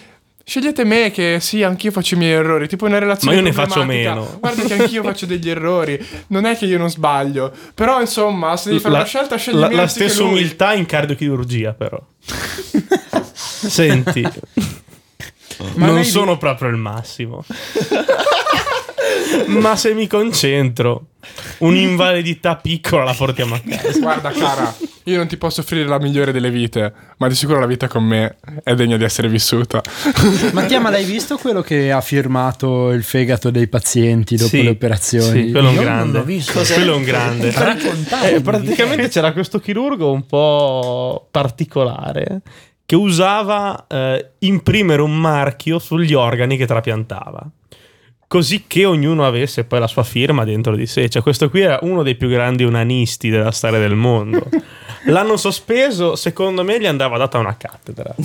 Speaker 1: Scegliete me che sì, anch'io faccio i miei errori, tipo una relazione.
Speaker 4: Ma io ne faccio
Speaker 1: problematica.
Speaker 4: meno.
Speaker 1: Guarda che anch'io faccio degli errori, non è che io non sbaglio. Però insomma, se devi fare una scelta, scegli
Speaker 4: la-
Speaker 1: me
Speaker 4: la
Speaker 1: anziché
Speaker 4: stessa
Speaker 1: lui.
Speaker 4: umiltà in cardiochirurgia,
Speaker 1: <laughs>
Speaker 4: però. Senti, non
Speaker 5: lei-
Speaker 4: sono proprio il
Speaker 1: <laughs>
Speaker 4: massimo. Ma se mi concentro, un'invalidità piccola la portiamo a casa.
Speaker 1: Guarda, cara, io non ti posso offrire la migliore delle vite, ma di sicuro la vita con me è degna di essere vissuta.
Speaker 5: Mattia, ma l'hai visto quello che ha firmato il fegato dei pazienti dopo
Speaker 4: Sì,
Speaker 5: le operazioni?
Speaker 4: sì, quello è un
Speaker 3: Io non l'ho
Speaker 4: grande.
Speaker 3: visto.
Speaker 4: Quello è un grande.
Speaker 3: Raccontatemi.
Speaker 4: Eh, praticamente c'era questo chirurgo un po' particolare che usava eh, imprimere un marchio sugli organi che trapiantava. Così che ognuno avesse poi la sua firma dentro di sé. Cioè, questo qui era uno dei più grandi unanisti della storia del mondo. L'hanno sospeso, secondo me gli andava data una cattedra. <laughs>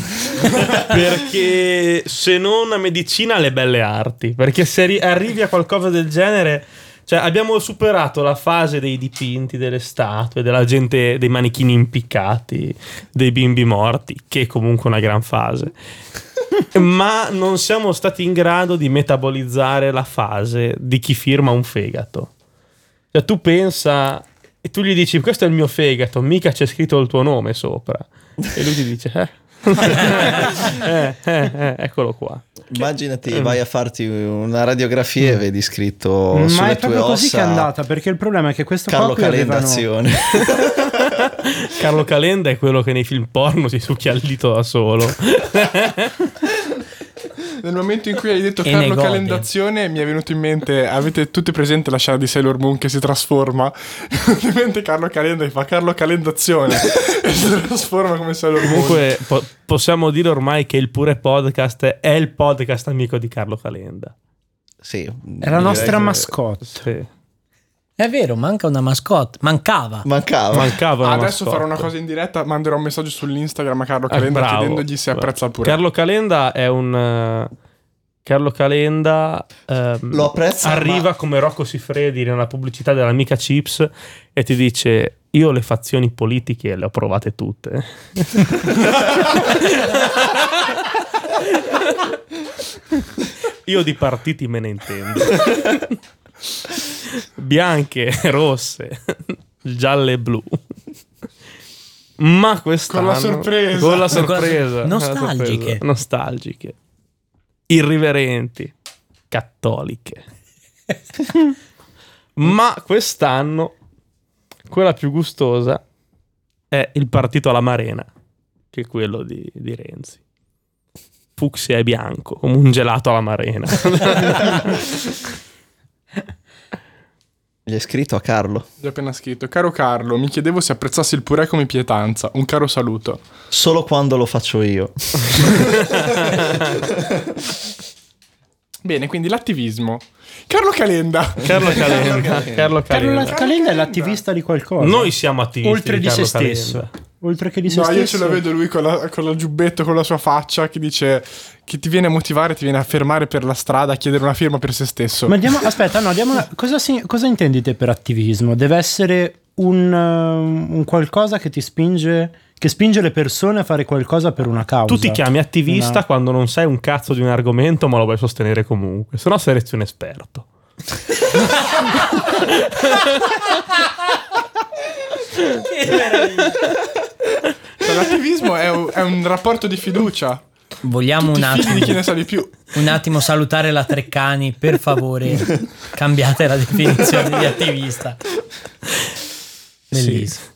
Speaker 4: perché se non a medicina, alle belle arti. Perché se arri- arrivi a qualcosa del genere. Cioè, abbiamo superato la fase dei dipinti, delle statue, della gente, dei manichini impiccati, dei bimbi morti, che è comunque una gran fase. Ma non siamo stati in grado di metabolizzare la fase di chi firma un fegato. Cioè, tu pensa e tu gli dici, questo è il mio fegato, mica c'è scritto il tuo nome sopra. E lui ti dice, eh. Eh, eh, eh, eccolo qua.
Speaker 2: Immaginati,
Speaker 5: Eh.
Speaker 2: vai a farti una radiografia e vedi scritto
Speaker 5: Mm. Ma
Speaker 2: Oh, sulle
Speaker 5: è
Speaker 2: tue
Speaker 5: proprio così
Speaker 2: ossa
Speaker 5: che è andata, perché il problema è che questo
Speaker 2: Carlo
Speaker 5: qua qui avevano-
Speaker 2: Calendazione.
Speaker 4: Carlo Calenda è quello che nei film porno si succhia il dito da solo.
Speaker 1: Nel momento in cui hai detto
Speaker 3: E ne
Speaker 1: Carlo
Speaker 3: gode.
Speaker 1: Calendazione, mi è venuto in mente. Avete tutti presente la scena di Sailor Moon che si trasforma? <laughs> Ovviamente Carlo Calenda che fa Carlo
Speaker 4: <laughs>
Speaker 1: Calendazione e si trasforma come Sailor Moon.
Speaker 4: Comunque po- possiamo dire ormai che il pure podcast è il podcast amico di Carlo Calenda.
Speaker 2: <laughs> sì,
Speaker 5: È la
Speaker 2: direi
Speaker 5: nostra
Speaker 2: che
Speaker 5: mascotte.
Speaker 4: Sì.
Speaker 3: È vero, manca una mascotte. Mancava.
Speaker 2: Mancava.
Speaker 4: Mancava una
Speaker 1: Adesso farò una
Speaker 4: mascotte.
Speaker 1: cosa in diretta, manderò un messaggio sull'Instagram a Carlo
Speaker 4: Ah,
Speaker 1: Calenda
Speaker 4: bravo.
Speaker 1: chiedendogli se apprezza il pure.
Speaker 4: Carlo Calenda è un eh, Carlo Calenda ehm,
Speaker 2: Lo apprezza,
Speaker 4: arriva
Speaker 2: ma-
Speaker 4: come Rocco Siffredi nella pubblicità dell'amica Chips e ti dice io le fazioni politiche le ho
Speaker 2: <laughs>
Speaker 4: provate tutte io di partiti me ne intendo bianche, <laughs> rosse gialle e blu ma quest'anno
Speaker 1: Con la sorpresa.
Speaker 4: con la
Speaker 3: Con la-
Speaker 4: sorpresa con la
Speaker 3: nostalgiche.
Speaker 4: sorpresa, nostalgiche irriverenti,
Speaker 3: <laughs>
Speaker 4: cattoliche. Ma quest'anno quella più gustosa è il partito alla Marena, che è quello di, di Renzi. Fucsia e bianco, come un gelato
Speaker 1: <laughs>
Speaker 4: alla Marena.
Speaker 2: Gli hai scritto a Carlo.
Speaker 1: Gli ho appena scritto: Caro Carlo, mi chiedevo se apprezzassi il purè come pietanza. Un caro saluto.
Speaker 2: Solo quando lo faccio io.
Speaker 1: Bene, quindi l'attivismo. Carlo Calenda.
Speaker 4: Carlo Calenda. Carlo
Speaker 5: Carlo
Speaker 4: Calenda.
Speaker 5: Calenda è l'attivista di qualcosa.
Speaker 4: Noi siamo attivisti
Speaker 5: oltre di, se
Speaker 4: Carlo
Speaker 5: stesso.
Speaker 4: Calenda.
Speaker 5: Oltre che di se
Speaker 1: No,
Speaker 5: stesso.
Speaker 1: io ce lo vedo lui con la, con la giubbetto, con la sua faccia che dice che ti viene a motivare, ti viene a fermare per la strada, a chiedere una firma per se stesso.
Speaker 5: Ma diamo, aspetta, no, diamo una- cosa, si- cosa intendi te per attivismo? Deve essere un, eh, un qualcosa che ti spinge, che spinge le persone a fare qualcosa per una causa.
Speaker 4: Tu ti chiami attivista
Speaker 5: Una-
Speaker 4: quando non sai un cazzo di un argomento, ma lo vuoi sostenere comunque. Se no, saresti un esperto.
Speaker 1: Cioè, L'attivismo è un, è un rapporto di fiducia.
Speaker 3: Vogliamo
Speaker 1: Ti
Speaker 3: un
Speaker 1: fidi
Speaker 3: attimo,
Speaker 1: di
Speaker 3: <laughs>
Speaker 1: chi ne sa di più.
Speaker 3: un attimo salutare la Treccani, per favore. Cambiate la definizione di attivista. Bellissimo.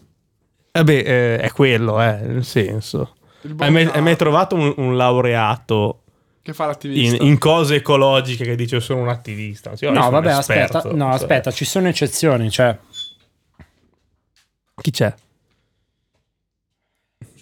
Speaker 4: Eh beh, eh, è quello, eh, nel senso.
Speaker 1: <laughs> Il buon
Speaker 4: Hai mai,
Speaker 1: Carlo
Speaker 4: hai mai trovato un, un laureato
Speaker 1: che fa l'attivista.
Speaker 4: in, in cose ecologiche che dice "Io sono un attivista? Sì, io
Speaker 5: No,
Speaker 4: sono
Speaker 5: vabbè,
Speaker 4: un esperto",
Speaker 5: aspetta, no,
Speaker 4: cioè.
Speaker 5: aspetta, ci sono eccezioni, cioè,
Speaker 4: Chi c'è?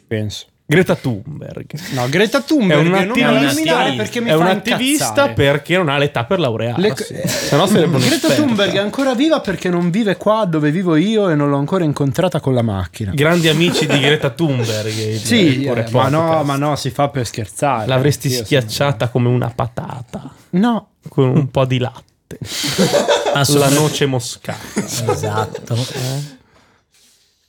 Speaker 5: penso.
Speaker 4: Greta Thunberg.
Speaker 5: No, Greta
Speaker 4: È
Speaker 5: Thunberg
Speaker 4: un
Speaker 5: non la nominare
Speaker 4: attivista,
Speaker 5: perché mi
Speaker 4: è
Speaker 5: fa
Speaker 4: un attivista
Speaker 5: incazzare.
Speaker 4: perché non ha l'età per
Speaker 5: Le-
Speaker 4: laurearsi. Se no
Speaker 5: <laughs>
Speaker 4: sarebbe un
Speaker 5: Greta
Speaker 4: esperto.
Speaker 5: Thunberg è ancora viva perché non vive qua dove vivo io e non l'ho ancora incontrata con la macchina.
Speaker 4: Grandi amici di Greta Thunberg. il-
Speaker 5: Sì,
Speaker 4: il pure
Speaker 5: eh, ma no,
Speaker 4: podcast.
Speaker 5: ma no, si fa per scherzare.
Speaker 4: L'avresti
Speaker 5: Io
Speaker 4: schiacciata come una patata
Speaker 5: sono- No,
Speaker 4: con un po' di latte. La
Speaker 3: Assolutamente.
Speaker 4: noce moscata.
Speaker 3: Esatto.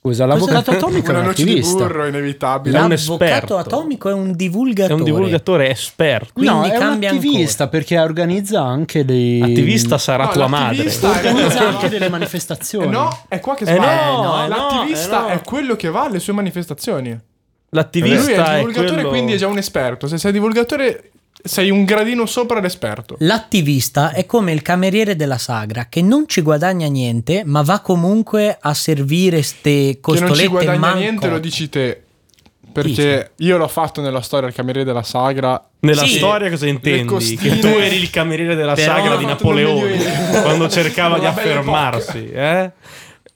Speaker 5: scusa, l'avvocato atomico è
Speaker 1: Una
Speaker 5: un
Speaker 1: noce di
Speaker 5: attivista.
Speaker 1: burro è inevitabile.
Speaker 4: un
Speaker 3: L'avvocato
Speaker 4: esperto.
Speaker 3: atomico è un
Speaker 4: È
Speaker 3: divulgatore.
Speaker 4: un
Speaker 5: Certo,
Speaker 4: divulgatore esperto.
Speaker 5: No,
Speaker 3: Quindi
Speaker 5: è un
Speaker 3: cambia
Speaker 5: attivista perché organizza anche dei
Speaker 4: Attivista sarà
Speaker 1: No,
Speaker 4: tua madre.
Speaker 1: l'attivista è-
Speaker 5: organizza anche delle manifestazioni.
Speaker 1: Eh no, è qua che
Speaker 4: Eh
Speaker 1: sbaglia.
Speaker 4: no, eh no,
Speaker 1: L'attivista
Speaker 4: eh no.
Speaker 1: è quello che va alle sue manifestazioni. Lui
Speaker 4: L'attivista
Speaker 1: è
Speaker 4: è,
Speaker 1: il divulgatore,
Speaker 4: quello...
Speaker 1: quindi diciamo, è già un esperto. Se sei divulgatore, sei un gradino sopra l'esperto.
Speaker 3: L'attivista è come il cameriere della sagra che non ci guadagna niente, ma va comunque a servire ste
Speaker 1: Che
Speaker 3: costolette
Speaker 1: non ci guadagna
Speaker 3: manco.
Speaker 1: niente, lo dici te. Perché io l'ho fatto nella storia il cameriere della sagra.
Speaker 4: Nella
Speaker 3: Sì.
Speaker 4: storia cosa intendi?
Speaker 1: costine.
Speaker 4: Che tu eri il cameriere della
Speaker 3: Però-
Speaker 4: sagra di
Speaker 1: Ho fatto nel
Speaker 4: Napoleone
Speaker 1: Medioevo.
Speaker 4: quando cercava di
Speaker 1: Una bella
Speaker 4: affermarsi. eh?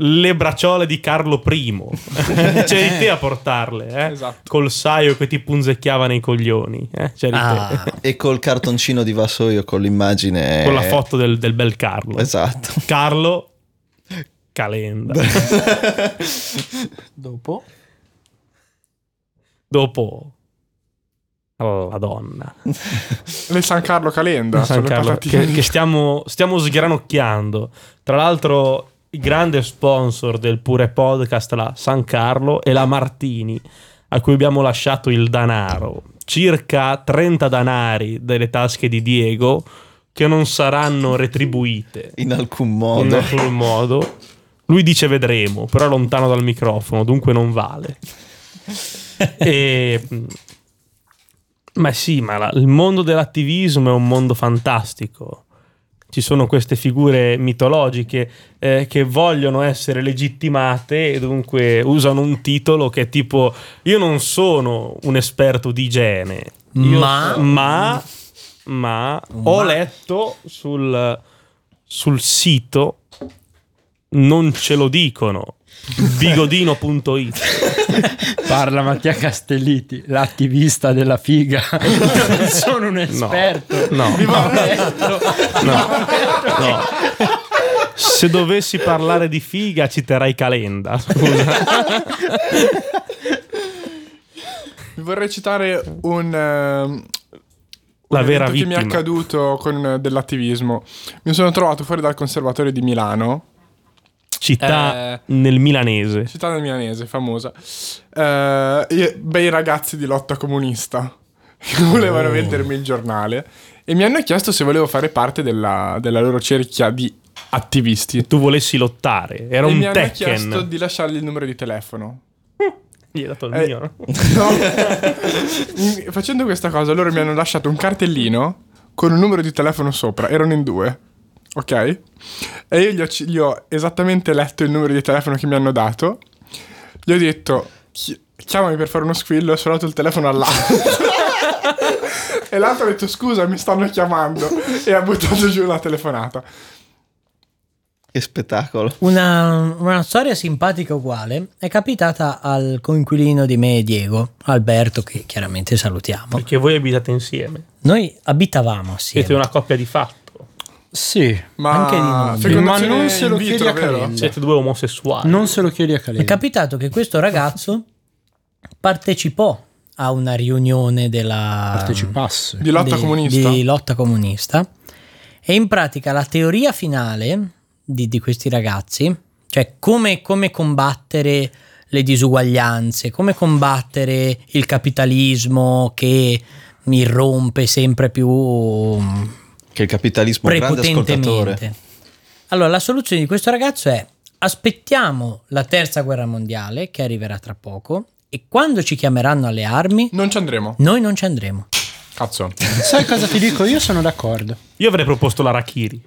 Speaker 4: Le bracciole di Carlo I.
Speaker 1: <laughs>
Speaker 4: C'eri te a portarle. eh?
Speaker 1: Esatto.
Speaker 4: Col saio che ti punzecchiava nei coglioni. eh? C'eri te.
Speaker 3: Ah,
Speaker 2: E col cartoncino di vassoio con l'immagine.
Speaker 4: Con la foto del, del bel Carlo.
Speaker 2: Esatto.
Speaker 4: Carlo Calenda. Dopo? Dopo la donna.
Speaker 1: Le San Carlo Calenda.
Speaker 4: San
Speaker 1: sono
Speaker 4: Carlo,
Speaker 1: patatine.
Speaker 4: che, che stiamo, stiamo sgranocchiando. Tra l'altro, il grande sponsor del Pure Podcast, la San Carlo e la Martini, a cui abbiamo lasciato il danaro. Circa 30 danari delle tasche di Diego che non saranno retribuite
Speaker 2: in alcun modo.
Speaker 4: in alcun modo. Lui dice vedremo, però è lontano dal microfono, dunque non vale. <laughs> E- mm, ma sì, ma la- il mondo dell'attivismo è un mondo fantastico. Ci sono queste figure mitologiche eh, che vogliono essere legittimate e dunque usano un titolo che è tipo io non sono un esperto di igiene, io-
Speaker 3: Ma-
Speaker 4: ma, ma ho letto sul, sul sito, non ce lo dicono, bigodino.it.
Speaker 5: Parla Mattia Castelliti, l'attivista della figa. Non sono un esperto.
Speaker 4: No.
Speaker 5: Mi vorrei-
Speaker 4: No. Se dovessi parlare di figa, citerai Calenda. Scusa.
Speaker 1: Vi vorrei citare un. ehm,
Speaker 4: La
Speaker 1: un
Speaker 4: vera
Speaker 1: evento che mi è
Speaker 4: vittima.
Speaker 1: accaduto con eh, dell'attivismo. Mi sono trovato fuori dal conservatorio di Milano,
Speaker 4: Città
Speaker 1: Eh.
Speaker 4: nel milanese.
Speaker 1: città del milanese, famosa. Eh, e bei ragazzi di lotta comunista <laughs> che volevano
Speaker 4: Oh.
Speaker 1: vendermi il giornale e mi hanno chiesto se volevo fare parte della, della loro cerchia di attivisti.
Speaker 4: Tu volessi lottare. Era
Speaker 1: e
Speaker 4: un
Speaker 1: mi hanno chiesto
Speaker 4: Tekken.
Speaker 1: di lasciargli il numero di telefono.
Speaker 4: Gli hai dato il
Speaker 1: Eh.
Speaker 4: mio, no?
Speaker 1: No. <laughs> In- Facendo questa cosa, loro mi hanno lasciato un cartellino con un numero di telefono sopra. Erano in due. Ok? E io gli ho, ci- gli ho esattamente letto il numero di telefono che mi hanno dato. Gli ho detto, "Chi- chiamami per fare uno squillo. Ho suonato il telefono all'altro. <laughs> e l'altro ha detto, scusa, mi stanno chiamando. E ha buttato giù la telefonata.
Speaker 2: Che spettacolo.
Speaker 3: Una, una storia simpatica uguale è capitata al coinquilino di me, Diego, Alberto, che chiaramente salutiamo.
Speaker 4: Perché voi abitate insieme.
Speaker 3: Noi abitavamo assieme.
Speaker 4: Siete una coppia di fatto.
Speaker 5: Sì,
Speaker 1: Ma,
Speaker 3: Anche lì non-
Speaker 1: fecondazione
Speaker 5: Ma non se lo
Speaker 1: in vitro,
Speaker 5: chiedi a
Speaker 1: vero?
Speaker 5: Calenda.
Speaker 4: Siete due omosessuali.
Speaker 5: non se lo chiedi a
Speaker 3: È
Speaker 5: Calenda.
Speaker 3: capitato che questo ragazzo partecipò a una riunione della
Speaker 5: Partecipasse.
Speaker 1: Di lotta
Speaker 3: di-
Speaker 1: comunista.
Speaker 3: di lotta comunista. E in pratica la teoria finale di, di questi ragazzi, cioè come, come combattere le disuguaglianze, come combattere il capitalismo che irrompe sempre più mm,
Speaker 2: Che il capitalismo è un grande ascoltatore.
Speaker 3: prepotentemente. Allora, la soluzione di questo ragazzo è aspettiamo la terza guerra mondiale che arriverà tra poco e quando ci chiameranno alle armi
Speaker 1: Non ci andremo.
Speaker 3: noi non ci andremo.
Speaker 1: Cazzo.
Speaker 5: Sai cosa ti dico? Io sono d'accordo.
Speaker 4: Io avrei proposto la <laughs> Rakiri.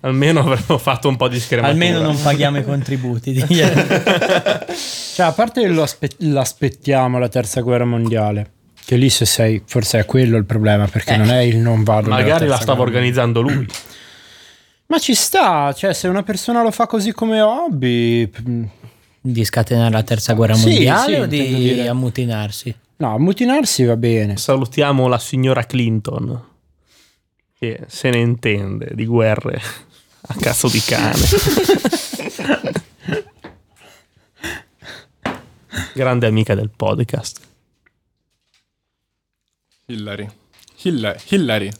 Speaker 4: Almeno avremmo fatto un po' di scrematura.
Speaker 3: Almeno non paghiamo i <laughs> contributi. digli.
Speaker 5: Cioè, a parte lo aspe- l'aspettiamo la terza guerra mondiale, che lì se sei, forse è quello il problema, perché
Speaker 3: Eh.
Speaker 5: non è il non vado. nella
Speaker 4: Magari la
Speaker 5: terza
Speaker 4: stava
Speaker 5: guerra mondiale.
Speaker 4: organizzando lui.
Speaker 5: Ma ci sta, cioè se una persona lo fa così come hobby, p-
Speaker 3: di scatenare la terza guerra
Speaker 5: Sì,
Speaker 3: mondiale
Speaker 5: sì,
Speaker 3: o di
Speaker 5: intendo dire.
Speaker 3: ammutinarsi?
Speaker 5: no, mutinarsi va bene.
Speaker 4: Salutiamo la signora Clinton, che se ne intende di guerre a cazzo di cane. Grande amica del podcast.
Speaker 1: Hillary. Hilla- Hillary.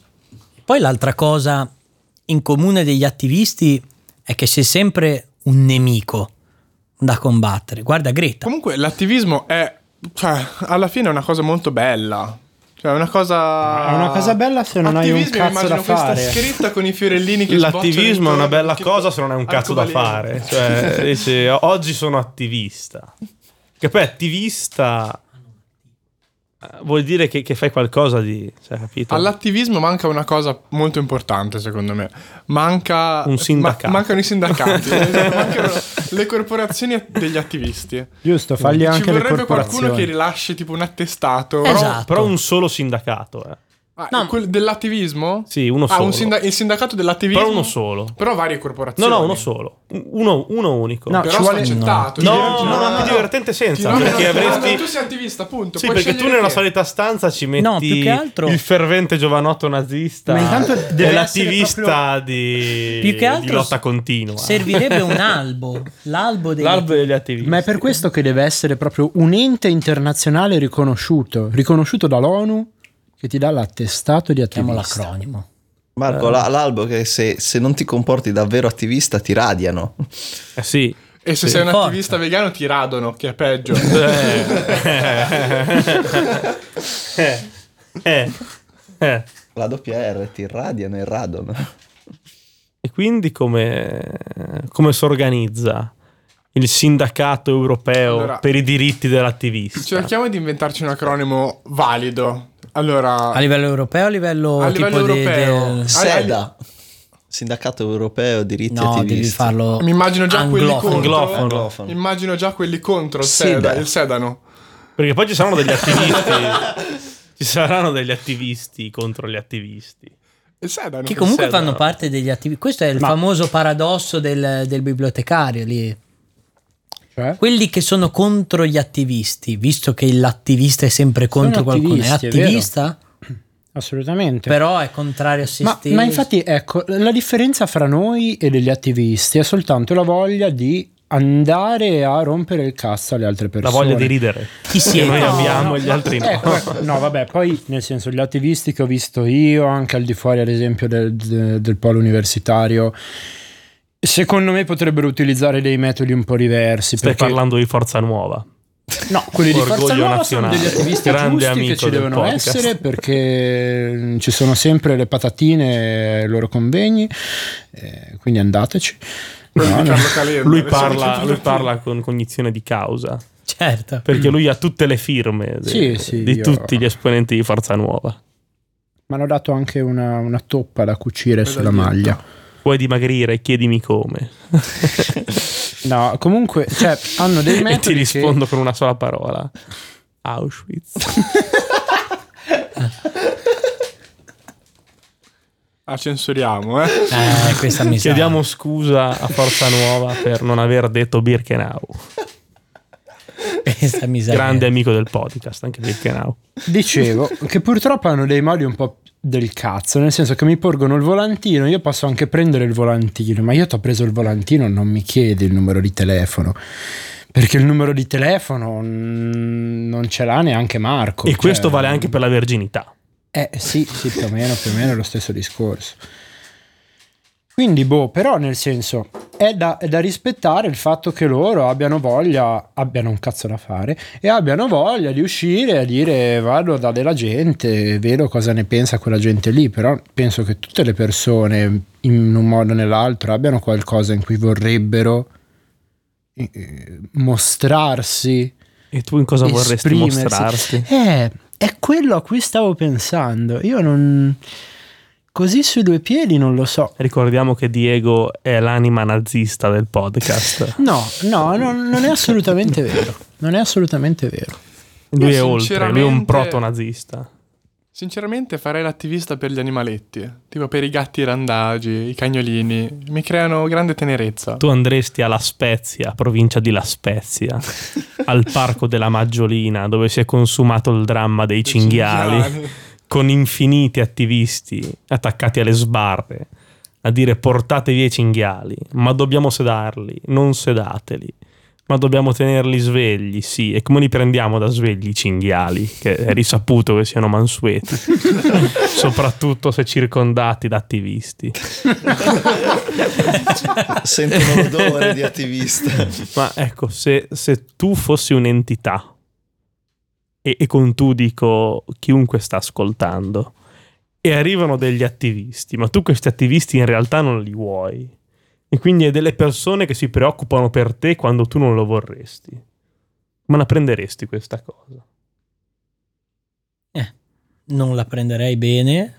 Speaker 3: Poi l'altra cosa in comune degli attivisti è che c'è sempre un nemico da combattere. Guarda Greta.
Speaker 1: Comunque l'attivismo è, cioè, alla fine è una cosa molto bella. Cioè, è una cosa.
Speaker 5: È una cosa bella se non hai un
Speaker 1: Attivismo,
Speaker 5: cazzo da
Speaker 1: immagino questa
Speaker 5: fare.
Speaker 1: scritta con i fiorellini che
Speaker 4: L'attivismo è
Speaker 1: sbocciano
Speaker 4: una bella
Speaker 1: intorno,
Speaker 4: cosa se non hai un cazzo da
Speaker 1: arcobaleno.
Speaker 4: fare.
Speaker 1: <laughs>
Speaker 4: Cioè, dici, "O- oggi sono attivista. Che poi attivista eh, vuol dire che, che fai qualcosa di... Cioè, capito?
Speaker 1: All'attivismo manca una cosa molto importante, secondo me. Manca.
Speaker 4: Un sindacato.
Speaker 1: ma- mancano i
Speaker 4: <laughs>
Speaker 1: sindacati. esatto, mancano le corporazioni degli attivisti.
Speaker 5: Giusto, fagli
Speaker 1: Ci
Speaker 5: anche le
Speaker 1: vorrebbe qualcuno che
Speaker 5: corporazioni.
Speaker 1: rilasci tipo un attestato.
Speaker 3: Esatto.
Speaker 4: Però un solo sindacato, eh.
Speaker 1: Ah, quel- dell'attivismo?
Speaker 4: Sì, uno
Speaker 1: Ah,
Speaker 4: solo.
Speaker 1: un sinda- il sindacato dell'attivismo.
Speaker 4: Però uno solo.
Speaker 1: Però varie
Speaker 4: No,
Speaker 1: corporazioni.
Speaker 4: no, uno solo. Un- Uno, uno unico.
Speaker 5: No,
Speaker 1: Però
Speaker 5: ci vuole-
Speaker 1: sfaccettato.
Speaker 4: No,
Speaker 1: cioè,
Speaker 4: no,
Speaker 1: cioè,
Speaker 4: no, no, più divertente senza,
Speaker 1: Ti
Speaker 4: perché
Speaker 1: nomina-
Speaker 4: avresti-
Speaker 1: no, tu sei attivista, punto.
Speaker 4: Sì,
Speaker 1: puoi
Speaker 4: perché tu
Speaker 1: scegliere
Speaker 4: nella
Speaker 1: te.
Speaker 4: solita stanza ci metti
Speaker 3: No, più che altro-
Speaker 4: il fervente giovanotto nazista
Speaker 5: Ma intanto deve
Speaker 4: e
Speaker 5: essere
Speaker 4: l'attivista di,
Speaker 3: Più che altro
Speaker 4: di lotta continua. <laughs>
Speaker 3: Servirebbe un albo, l'albo degli
Speaker 4: L'albero degli attivisti.
Speaker 5: Ma è per questo che deve essere proprio un ente internazionale riconosciuto, riconosciuto dall'ONU, che ti dà l'attestato di
Speaker 3: chiamo
Speaker 5: attivista.
Speaker 3: l'acronimo.
Speaker 2: Marco, la- l'albo che se, se non ti comporti davvero attivista ti radiano. <laughs>
Speaker 4: Eh sì.
Speaker 1: E se sei un
Speaker 3: Forza.
Speaker 1: attivista vegano ti radono, che è
Speaker 4: <laughs>
Speaker 1: peggio. <laughs>
Speaker 4: Eh. Eh. Eh. Eh.
Speaker 2: La doppia R ti irradiano, irradano.
Speaker 4: E quindi come, come si organizza il sindacato europeo
Speaker 1: Allora- cioè,
Speaker 4: per i diritti dell'attivista?
Speaker 1: Cerchiamo di inventarci un acronimo valido. Allora,
Speaker 7: A livello europeo, a livello
Speaker 1: Ah. A
Speaker 7: tipo
Speaker 1: livello
Speaker 7: de-
Speaker 1: europeo.
Speaker 7: del-
Speaker 2: SEDA, Sindacato Europeo Diritti
Speaker 7: No,
Speaker 2: Attivisti.
Speaker 7: devi farlo.
Speaker 1: mi immagino già
Speaker 7: anglofono.
Speaker 1: quelli contro.
Speaker 4: Anglofono.
Speaker 2: Anglofono.
Speaker 1: Immagino già quelli contro il,
Speaker 2: Sì,
Speaker 1: seda-
Speaker 2: beh.
Speaker 1: il sedano.
Speaker 4: Perché poi ci saranno degli attivisti. ci saranno degli attivisti contro gli attivisti.
Speaker 1: Il sedano.
Speaker 7: Che comunque
Speaker 4: Sedano.
Speaker 7: fanno parte degli attivi. Questo è il
Speaker 4: Ma-
Speaker 7: famoso paradosso del, del bibliotecario lì.
Speaker 5: Cioè?
Speaker 7: Quelli che sono contro gli attivisti, visto che l'attivista è sempre contro qualcuno, è
Speaker 5: attivisti, è vero.
Speaker 7: attivista,
Speaker 5: Assolutamente.
Speaker 7: però è contrario a se
Speaker 5: ma,
Speaker 7: stesso.
Speaker 5: ma infatti, ecco, la differenza fra noi e degli attivisti è soltanto la voglia di andare a rompere il cazzo alle altre
Speaker 4: La
Speaker 5: persone.
Speaker 4: voglia di ridere.
Speaker 7: chi
Speaker 4: Che
Speaker 7: siete?
Speaker 4: noi
Speaker 7: No,
Speaker 4: abbiamo e gli altri no.
Speaker 5: Ecco, ecco. no, vabbè, poi nel senso gli attivisti che ho visto io, anche al di fuori ad esempio del, de- del polo universitario, secondo me potrebbero utilizzare dei metodi un po' diversi.
Speaker 4: Stai
Speaker 5: perché-
Speaker 4: parlando di Forza Nuova.
Speaker 5: No, quelli di
Speaker 4: Orgoglio
Speaker 5: Forza Nuova
Speaker 4: nazionale.
Speaker 5: sono degli attivisti
Speaker 4: Grande
Speaker 5: giusti
Speaker 4: amico
Speaker 5: che ci
Speaker 4: del
Speaker 5: devono
Speaker 4: podcast.
Speaker 5: essere perché mm, ci sono sempre le patatine ai loro convegni, eh, quindi andateci.
Speaker 1: Quelli
Speaker 5: No,
Speaker 1: di
Speaker 5: no.
Speaker 1: Carlo Calenda.
Speaker 4: Lui
Speaker 1: Le sono
Speaker 4: parla,
Speaker 1: tutte-
Speaker 4: lui parla con cognizione di causa.
Speaker 7: Certo.
Speaker 4: Perché lui ha tutte le firme de-
Speaker 5: Sì, sì,
Speaker 4: di
Speaker 5: io-
Speaker 4: tutti gli esponenti di Forza Nuova.
Speaker 5: Mi hanno dato anche una, una toppa da cucire sulla
Speaker 1: Medaglietta.
Speaker 5: maglia.
Speaker 4: Vuoi dimagrire? Chiedimi come.
Speaker 5: No, comunque, cioè, hanno
Speaker 4: <laughs>
Speaker 5: dei
Speaker 4: e
Speaker 5: metodi
Speaker 4: ti
Speaker 5: che-
Speaker 4: rispondo con una sola parola. Auschwitz.
Speaker 1: Ah, censuriamo, eh.
Speaker 7: Eh, questa mi sa.
Speaker 3: Esatto.
Speaker 4: Chiediamo scusa a Forza Nuova per non aver detto Birkenau.
Speaker 7: Questa mi sa.
Speaker 4: Grande amico del podcast, anche Birkenau.
Speaker 5: Dicevo che purtroppo hanno dei modi un po' del cazzo, nel senso che mi porgono il volantino, io posso anche prendere il volantino, ma io ti ho preso il volantino, non mi chiedi il numero di telefono. Perché il numero di telefono mm, non ce l'ha neanche Marco.
Speaker 4: E
Speaker 5: cioè-
Speaker 4: questo vale anche per la verginità.
Speaker 5: Eh sì, sì, più o meno, più o meno è lo stesso discorso. Quindi, boh, però nel senso è da, è da rispettare il fatto che loro abbiano voglia, abbiano un cazzo da fare e abbiano voglia di uscire a dire vado da della gente, vedo cosa ne pensa quella gente lì, però penso che tutte le persone in un modo o nell'altro abbiano qualcosa in cui vorrebbero eh, mostrarsi.
Speaker 4: E tu in cosa vorresti
Speaker 5: Esprimersi.
Speaker 4: mostrarti?
Speaker 5: Eh, è quello a cui stavo pensando. Io non. Così sui due piedi non lo so.
Speaker 4: Ricordiamo che Diego è l'anima nazista del podcast.
Speaker 5: <laughs> No, no, no, non è assolutamente vero. Non è assolutamente vero.
Speaker 4: Lui
Speaker 1: Io
Speaker 4: è oltre, lui è un
Speaker 1: sinceramente-
Speaker 4: proto-nazista.
Speaker 1: Sinceramente farei l'attivista per gli animaletti, tipo per i gatti randagi, i cagnolini, mi creano grande tenerezza.
Speaker 4: Tu andresti alla Spezia, provincia di La Spezia,
Speaker 1: <laughs>
Speaker 4: al parco della Maggiolina, dove si è consumato il dramma dei cinghiali, con infiniti attivisti attaccati alle sbarre a dire portate via i cinghiali, ma dobbiamo sedarli, non sedateli. Ma dobbiamo tenerli svegli, sì. E come li prendiamo da svegli i cinghiali? Che è risaputo che siano mansueti, soprattutto se circondati da
Speaker 2: <laughs>
Speaker 4: attivisti.
Speaker 2: Sentono l'odore di attivista.
Speaker 4: Ma ecco, se, se tu fossi un'entità, e, e con tu dico chiunque sta ascoltando, e arrivano degli attivisti, ma tu questi attivisti in realtà non li vuoi, e quindi hai delle persone che si preoccupano per te quando tu non lo vorresti, ma la prenderesti questa cosa?
Speaker 7: Eh, non la prenderei bene,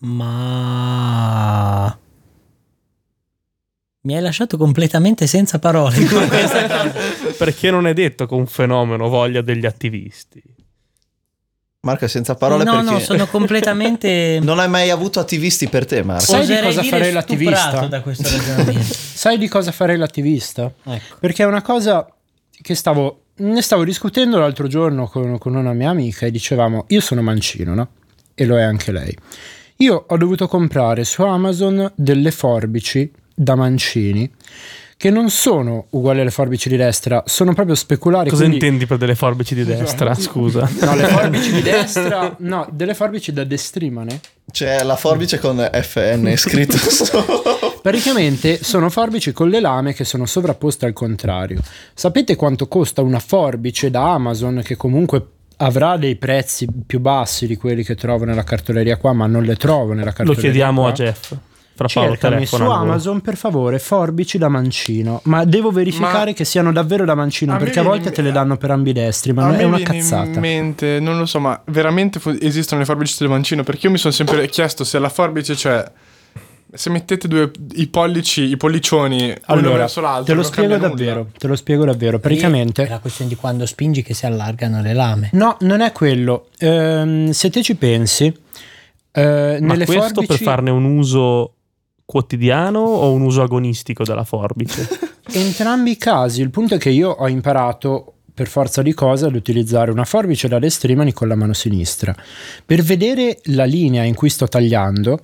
Speaker 7: ma mi hai lasciato completamente senza parole. con questa cosa.
Speaker 4: Perché non è detto che un fenomeno voglia degli attivisti.
Speaker 2: Marco è senza parole
Speaker 7: no,
Speaker 2: perché
Speaker 7: no, sono completamente
Speaker 2: <laughs> non hai mai avuto attivisti per te, Marco.
Speaker 5: Sai di
Speaker 7: Oserei
Speaker 5: cosa
Speaker 7: dire
Speaker 5: farei l'attivista?
Speaker 7: stuprato da questo ragionamento.
Speaker 5: Sai di cosa farei l'attivista?
Speaker 7: Ecco.
Speaker 5: Perché è una cosa che stavo. Ne stavo discutendo l'altro giorno con, con una mia amica e dicevamo: Io sono mancino, no? E lo è anche lei. Io ho dovuto comprare su Amazon delle forbici da mancini che non sono uguali alle forbici di destra, sono proprio speculari.
Speaker 4: Cosa
Speaker 5: quindi-
Speaker 4: intendi per delle forbici di
Speaker 5: <laughs>
Speaker 4: destra? Scusa.
Speaker 5: No, le forbici di destra, no, delle forbici da destrimane.
Speaker 2: C'è la forbice con FN scritto sopra.
Speaker 5: Praticamente sono forbici con le lame che sono sovrapposte al contrario. Sapete quanto costa una forbice da Amazon che comunque avrà dei prezzi più bassi di quelli che trovo nella cartoleria qua, ma non le trovo nella
Speaker 4: Lo
Speaker 5: cartoleria.
Speaker 4: chiediamo
Speaker 5: qua.
Speaker 4: a Jeff. Fra Paolo
Speaker 5: Cercami su
Speaker 4: telefona. a lui.
Speaker 5: Amazon per favore forbici da mancino, ma devo verificare
Speaker 1: Ma-
Speaker 5: che siano davvero da mancino
Speaker 1: A me
Speaker 5: perché a
Speaker 1: viene
Speaker 5: volte
Speaker 1: in-
Speaker 5: te le danno per ambidestri, ma
Speaker 1: A
Speaker 5: non
Speaker 1: me
Speaker 5: è una
Speaker 1: viene
Speaker 5: cazzata.
Speaker 1: In mente, non lo so, ma veramente fu- esistono le forbici del mancino? Perché io mi sono sempre chiesto se la forbice, cioè, se mettete due, i pollici, i pollicioni uno
Speaker 5: Allora,
Speaker 1: verso l'altro,
Speaker 5: te lo
Speaker 1: non
Speaker 5: spiego
Speaker 1: cambia nulla.
Speaker 5: davvero, te lo spiego davvero, praticamente Mm.
Speaker 3: È la questione di quando spingi che si allargano le lame.
Speaker 5: No, non è quello. Ehm, se te ci pensi, eh,
Speaker 4: Ma
Speaker 5: nelle
Speaker 4: questo
Speaker 5: forbici
Speaker 4: per farne un uso quotidiano o un uso agonistico della forbice?
Speaker 5: entrambi i casi, il punto è che io ho imparato per forza di cosa ad utilizzare una forbice da destrimani con la mano sinistra. Per vedere la linea in cui sto tagliando,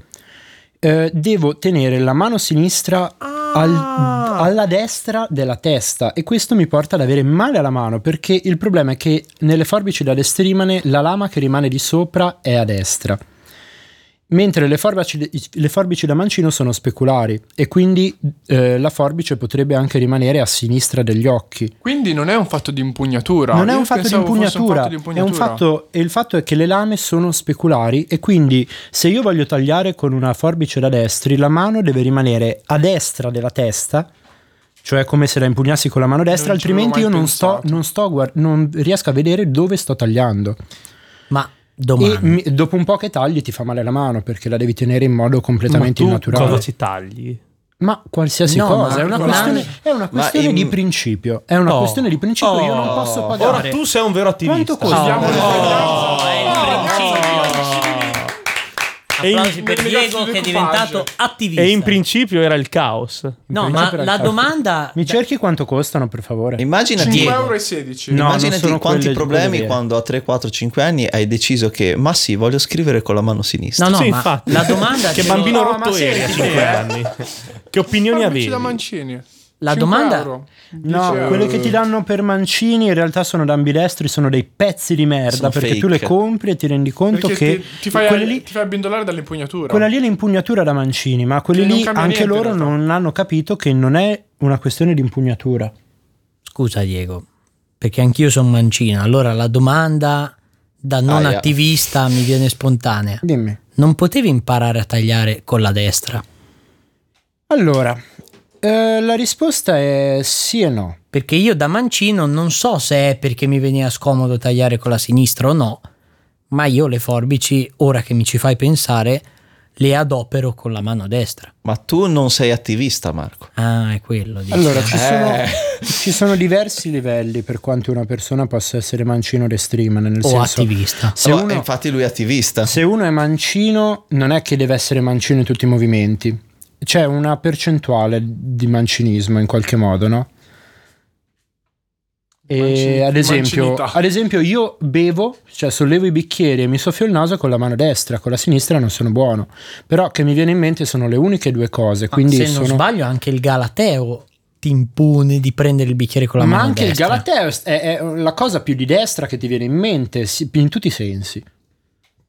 Speaker 5: eh, devo tenere la mano sinistra al- alla destra della testa e questo mi porta ad avere male alla mano perché il problema è che nelle forbici da destrimane la lama che rimane di sopra è a destra. Mentre le forbici, le forbici da mancino sono speculari e quindi eh, la forbice potrebbe anche rimanere a sinistra degli occhi.
Speaker 1: Quindi non è un fatto di impugnatura.
Speaker 5: Non è
Speaker 1: Io
Speaker 5: un fatto, di
Speaker 1: pensavo fosse un
Speaker 5: impugnatura,
Speaker 1: fatto di
Speaker 5: è un
Speaker 1: impugnatura.
Speaker 5: fatto, e il fatto è che le lame sono speculari e quindi se io voglio tagliare con una forbice da destri, la mano deve rimanere a destra della testa, cioè come se la impugnassi con la mano destra,
Speaker 1: Non ci avevo
Speaker 5: altrimenti io
Speaker 1: mai
Speaker 5: non sto,
Speaker 1: pensato.
Speaker 5: non, sto guard- non riesco a vedere dove sto tagliando.
Speaker 3: Ma
Speaker 5: E
Speaker 3: domanda.
Speaker 5: mi- dopo un po' che tagli ti fa male la mano perché la devi tenere in modo
Speaker 4: Ma
Speaker 5: <laughs> completamente
Speaker 4: tu
Speaker 5: innaturale.
Speaker 4: cosa ci tagli?
Speaker 5: Ma qualsiasi
Speaker 3: No,
Speaker 5: cosa,
Speaker 3: ma-
Speaker 5: è una
Speaker 3: ma-
Speaker 5: questione, è una questione
Speaker 2: in-
Speaker 5: di principio. È una
Speaker 3: Oh.
Speaker 5: questione di principio, io non posso pagare.
Speaker 4: Ora tu sei un vero attivista. Oh.
Speaker 5: Quanto costa? Oh.
Speaker 1: Abbiamo le taglianze.
Speaker 3: Applausi per
Speaker 1: nel
Speaker 3: Diego
Speaker 1: negozio di
Speaker 3: che
Speaker 1: decoupage.
Speaker 3: è diventato attivista.
Speaker 4: E in principio era il caos.
Speaker 3: No,
Speaker 5: principio
Speaker 3: ma
Speaker 5: era il
Speaker 3: la
Speaker 5: caso.
Speaker 3: domanda
Speaker 5: Mi cerchi quanto costano, per favore?
Speaker 2: Immaginati
Speaker 1: 5,16
Speaker 3: Diego.
Speaker 1: euro. e 16.
Speaker 5: No, non
Speaker 2: Immaginati
Speaker 5: sono
Speaker 2: quanti
Speaker 5: quelle- quelle
Speaker 2: problemi
Speaker 5: vere.
Speaker 2: quando a 3, 4, 5 anni hai deciso che ma sì, voglio scrivere con la mano sinistra.
Speaker 3: No, no,
Speaker 4: Sì,
Speaker 3: ma
Speaker 4: infatti.
Speaker 3: la domanda
Speaker 4: <laughs> Che
Speaker 3: ce lo-
Speaker 4: bambino
Speaker 1: No, ma
Speaker 4: rotto eri a
Speaker 1: senti,
Speaker 3: eh.
Speaker 4: 5 anni. Che opinioni
Speaker 1: Forbici
Speaker 4: avevi?
Speaker 1: da mancini.
Speaker 3: La
Speaker 1: 5
Speaker 3: domanda-
Speaker 1: euro, 10
Speaker 5: No,
Speaker 1: euro.
Speaker 5: quelle che ti danno per mancini in realtà sono da ambidestri, sono dei pezzi di merda
Speaker 2: Sono
Speaker 5: perché
Speaker 2: fake.
Speaker 5: tu le compri e ti rendi conto
Speaker 1: Perché
Speaker 5: che
Speaker 1: ti, ti fai,
Speaker 5: quelle lì,
Speaker 1: ti fai abbindolare dall'impugnatura.
Speaker 5: quella lì è l'impugnatura da mancini, ma quelli
Speaker 1: Che non
Speaker 5: lì
Speaker 1: cambia
Speaker 5: anche
Speaker 1: niente, in
Speaker 5: loro
Speaker 1: realtà.
Speaker 5: non hanno capito che non è una questione di impugnatura.
Speaker 3: Scusa Diego, perché anch'io sono mancino. Allora la domanda da non
Speaker 2: Aia.
Speaker 3: attivista mi viene spontanea.
Speaker 5: Dimmi.
Speaker 3: Non potevi imparare a tagliare con la destra?
Speaker 5: Allora, eh, la risposta è sì e no.
Speaker 3: Perché io da mancino non so se è perché mi veniva scomodo tagliare con la sinistra o no, ma io le forbici, ora che mi ci fai pensare, le adopero con la mano destra.
Speaker 2: Ma tu non sei attivista, Marco.
Speaker 3: Ah, è quello. dici.
Speaker 5: Allora, ci,
Speaker 2: Eh.
Speaker 5: sono, ci sono diversi livelli per quanto una persona possa essere mancino o destrimane, nel
Speaker 3: o
Speaker 5: senso
Speaker 3: attivista.
Speaker 5: se
Speaker 2: Oh,
Speaker 5: uno-
Speaker 2: e Infatti lui è attivista.
Speaker 5: Se uno è mancino, non è che deve essere mancino in tutti i movimenti. C'è una percentuale di mancinismo in qualche modo, no? E
Speaker 1: Mancini-
Speaker 5: Eh, ad, esempio,
Speaker 1: mancinità.
Speaker 5: ad esempio, io bevo, cioè sollevo i bicchieri e mi soffio il naso con la mano destra, con la sinistra non sono buono. Però che mi viene in mente sono le uniche due cose.
Speaker 3: Ma
Speaker 5: Quindi
Speaker 3: se
Speaker 5: sono...
Speaker 3: non sbaglio, anche il Galateo ti impone di prendere il bicchiere con la
Speaker 5: Ma
Speaker 3: mano
Speaker 5: anche
Speaker 3: destra.
Speaker 5: il Galateo è- è, è la cosa più di destra che ti viene in mente, si- in tutti i sensi.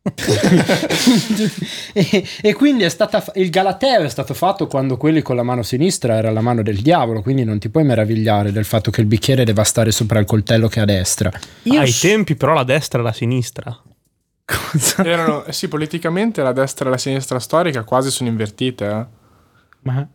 Speaker 5: <laughs> e, e quindi è stata fa- il Galateo è stato fatto quando quelli con la mano sinistra era la mano del diavolo, quindi non ti puoi meravigliare del fatto che il bicchiere deve stare sopra il coltello che è a destra.
Speaker 3: Io
Speaker 4: Ai
Speaker 3: s-
Speaker 4: tempi però la destra e la sinistra.
Speaker 1: Erano, eh sì, politicamente la destra e la sinistra storica quasi sono invertite. eh.
Speaker 5: Ma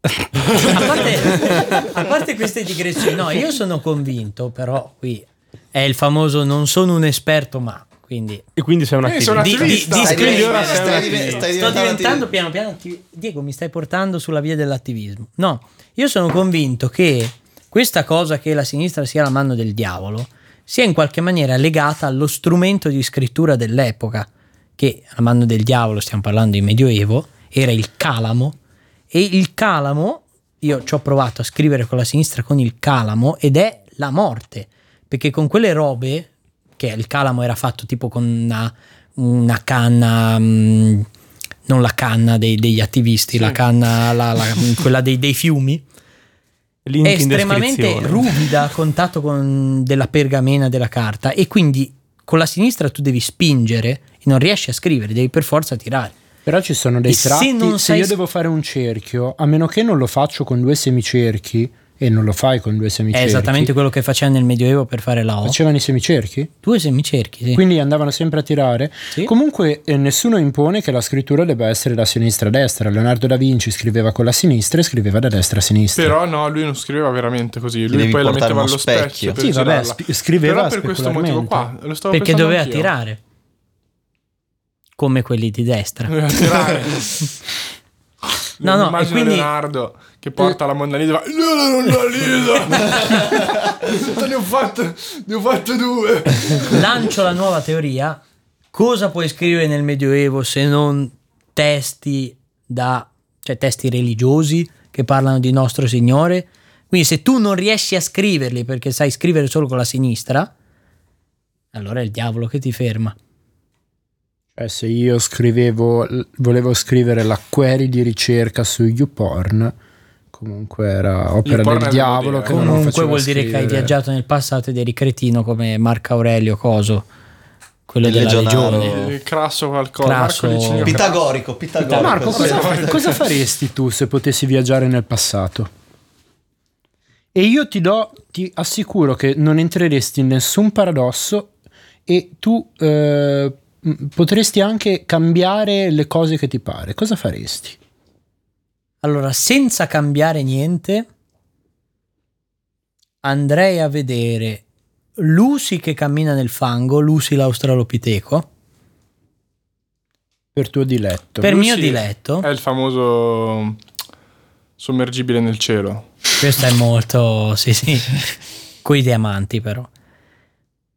Speaker 3: a, parte, a parte queste digressioni, no, io sono convinto, però qui è il famoso non sono un esperto, ma quindi
Speaker 4: E quindi sei un
Speaker 1: Eh, sono
Speaker 4: attivista.
Speaker 3: di,
Speaker 1: Attivista.
Speaker 3: di, di-
Speaker 2: Stai
Speaker 3: quindi
Speaker 2: diventando-
Speaker 3: ora
Speaker 2: stai
Speaker 3: sono
Speaker 2: diven-
Speaker 3: attivista.
Speaker 2: stai
Speaker 3: sto
Speaker 2: diventando
Speaker 3: diventando
Speaker 2: attivista.
Speaker 3: piano piano attivi- Diego mi stai portando sulla via dell'attivismo no io sono convinto che questa cosa che la sinistra sia la mano del diavolo sia in qualche maniera legata allo strumento di scrittura dell'epoca che la mano del diavolo stiamo parlando di medioevo era il calamo e il calamo io ci ho provato a scrivere con la sinistra con il calamo ed è la morte perché con quelle robe che il calamo era fatto tipo con una, una canna mh, non la canna dei- degli attivisti la canna la- la- quella dei, dei fiumi
Speaker 4: Link in
Speaker 3: estremamente
Speaker 4: descrizione.
Speaker 3: ruvida a contatto con della pergamena della carta e quindi con la sinistra tu devi spingere e non riesci a scrivere devi per forza tirare
Speaker 5: <laughs> Però ci sono dei
Speaker 3: E se
Speaker 5: tratti. Se,
Speaker 3: non sai-
Speaker 5: io devo fare un cerchio, a meno che non lo faccio con due semicerchi, e non lo fai con due
Speaker 3: È
Speaker 5: semicerchi.
Speaker 3: esattamente quello che faceva nel Medioevo per fare la O.
Speaker 5: Facevano i semicerchi?
Speaker 3: Due semicerchi, sì.
Speaker 5: Quindi andavano sempre a tirare.
Speaker 3: Sì.
Speaker 5: Comunque eh, nessuno impone che la scrittura debba essere da sinistra a destra. Leonardo da Vinci scriveva con la sinistra e scriveva da destra a sinistra.
Speaker 1: Però no, lui non scriveva veramente così. Lui
Speaker 2: devi
Speaker 1: poi la
Speaker 2: portare
Speaker 1: metteva
Speaker 2: uno
Speaker 1: allo specchio.
Speaker 2: specchio.
Speaker 1: per
Speaker 5: Sì, vabbè,
Speaker 1: girarla.
Speaker 5: sp- scriveva
Speaker 1: Però per questo motivo qua. Lo stavo
Speaker 3: Perché
Speaker 1: pensando
Speaker 3: doveva
Speaker 1: anch'io.
Speaker 3: tirare. Come quelli di
Speaker 1: <laughs>
Speaker 3: destra.
Speaker 1: Doveva
Speaker 3: <laughs>
Speaker 1: tirare.
Speaker 3: No, no, e
Speaker 1: Immagino
Speaker 3: quindi-
Speaker 1: Leonardo che porta la Monna Lisa e va, "Io la Monna Lisa! <laughs> ne, ho fatte, ne ho fatte due!
Speaker 3: Lancio la nuova teoria. Cosa puoi scrivere nel Medioevo se non testi da cioè testi religiosi che parlano di nostro Signore? Quindi se tu non riesci a scriverli perché sai scrivere solo con la sinistra, allora è il diavolo che ti ferma.
Speaker 5: Cioè, se io scrivevo, l- volevo scrivere la query di ricerca su YouPorn, comunque era opera
Speaker 1: YouPorn
Speaker 5: del
Speaker 1: è
Speaker 5: diavolo
Speaker 1: l'idea.
Speaker 5: che non lo
Speaker 3: Comunque
Speaker 5: faceva
Speaker 3: vuol dire che hai
Speaker 5: scrivere.
Speaker 3: viaggiato nel passato ed eri cretino come Marco Aurelio Coso, quello
Speaker 2: Il
Speaker 3: della
Speaker 2: legionario.
Speaker 3: legione.
Speaker 1: Il Crasso qualcosa.
Speaker 3: Crasso.
Speaker 1: Marco Licinio.
Speaker 2: Pitagorico, pitagorico.
Speaker 5: Marco,
Speaker 2: Sì.
Speaker 5: cosa, cosa faresti tu se potessi viaggiare nel passato? E io ti do, ti assicuro che non entreresti in nessun paradosso e tu eh, m- potresti anche cambiare le cose che ti pare. Cosa faresti?
Speaker 3: Allora, senza cambiare niente, andrei a vedere Lucy che cammina nel fango, Lucy l'australopiteco,
Speaker 5: Per tuo diletto.
Speaker 3: per
Speaker 1: Lucy
Speaker 3: mio diletto.
Speaker 1: È il famoso sommergibile nel cielo.
Speaker 3: Questo è molto, sì,
Speaker 5: <laughs>
Speaker 3: sì, coi diamanti però.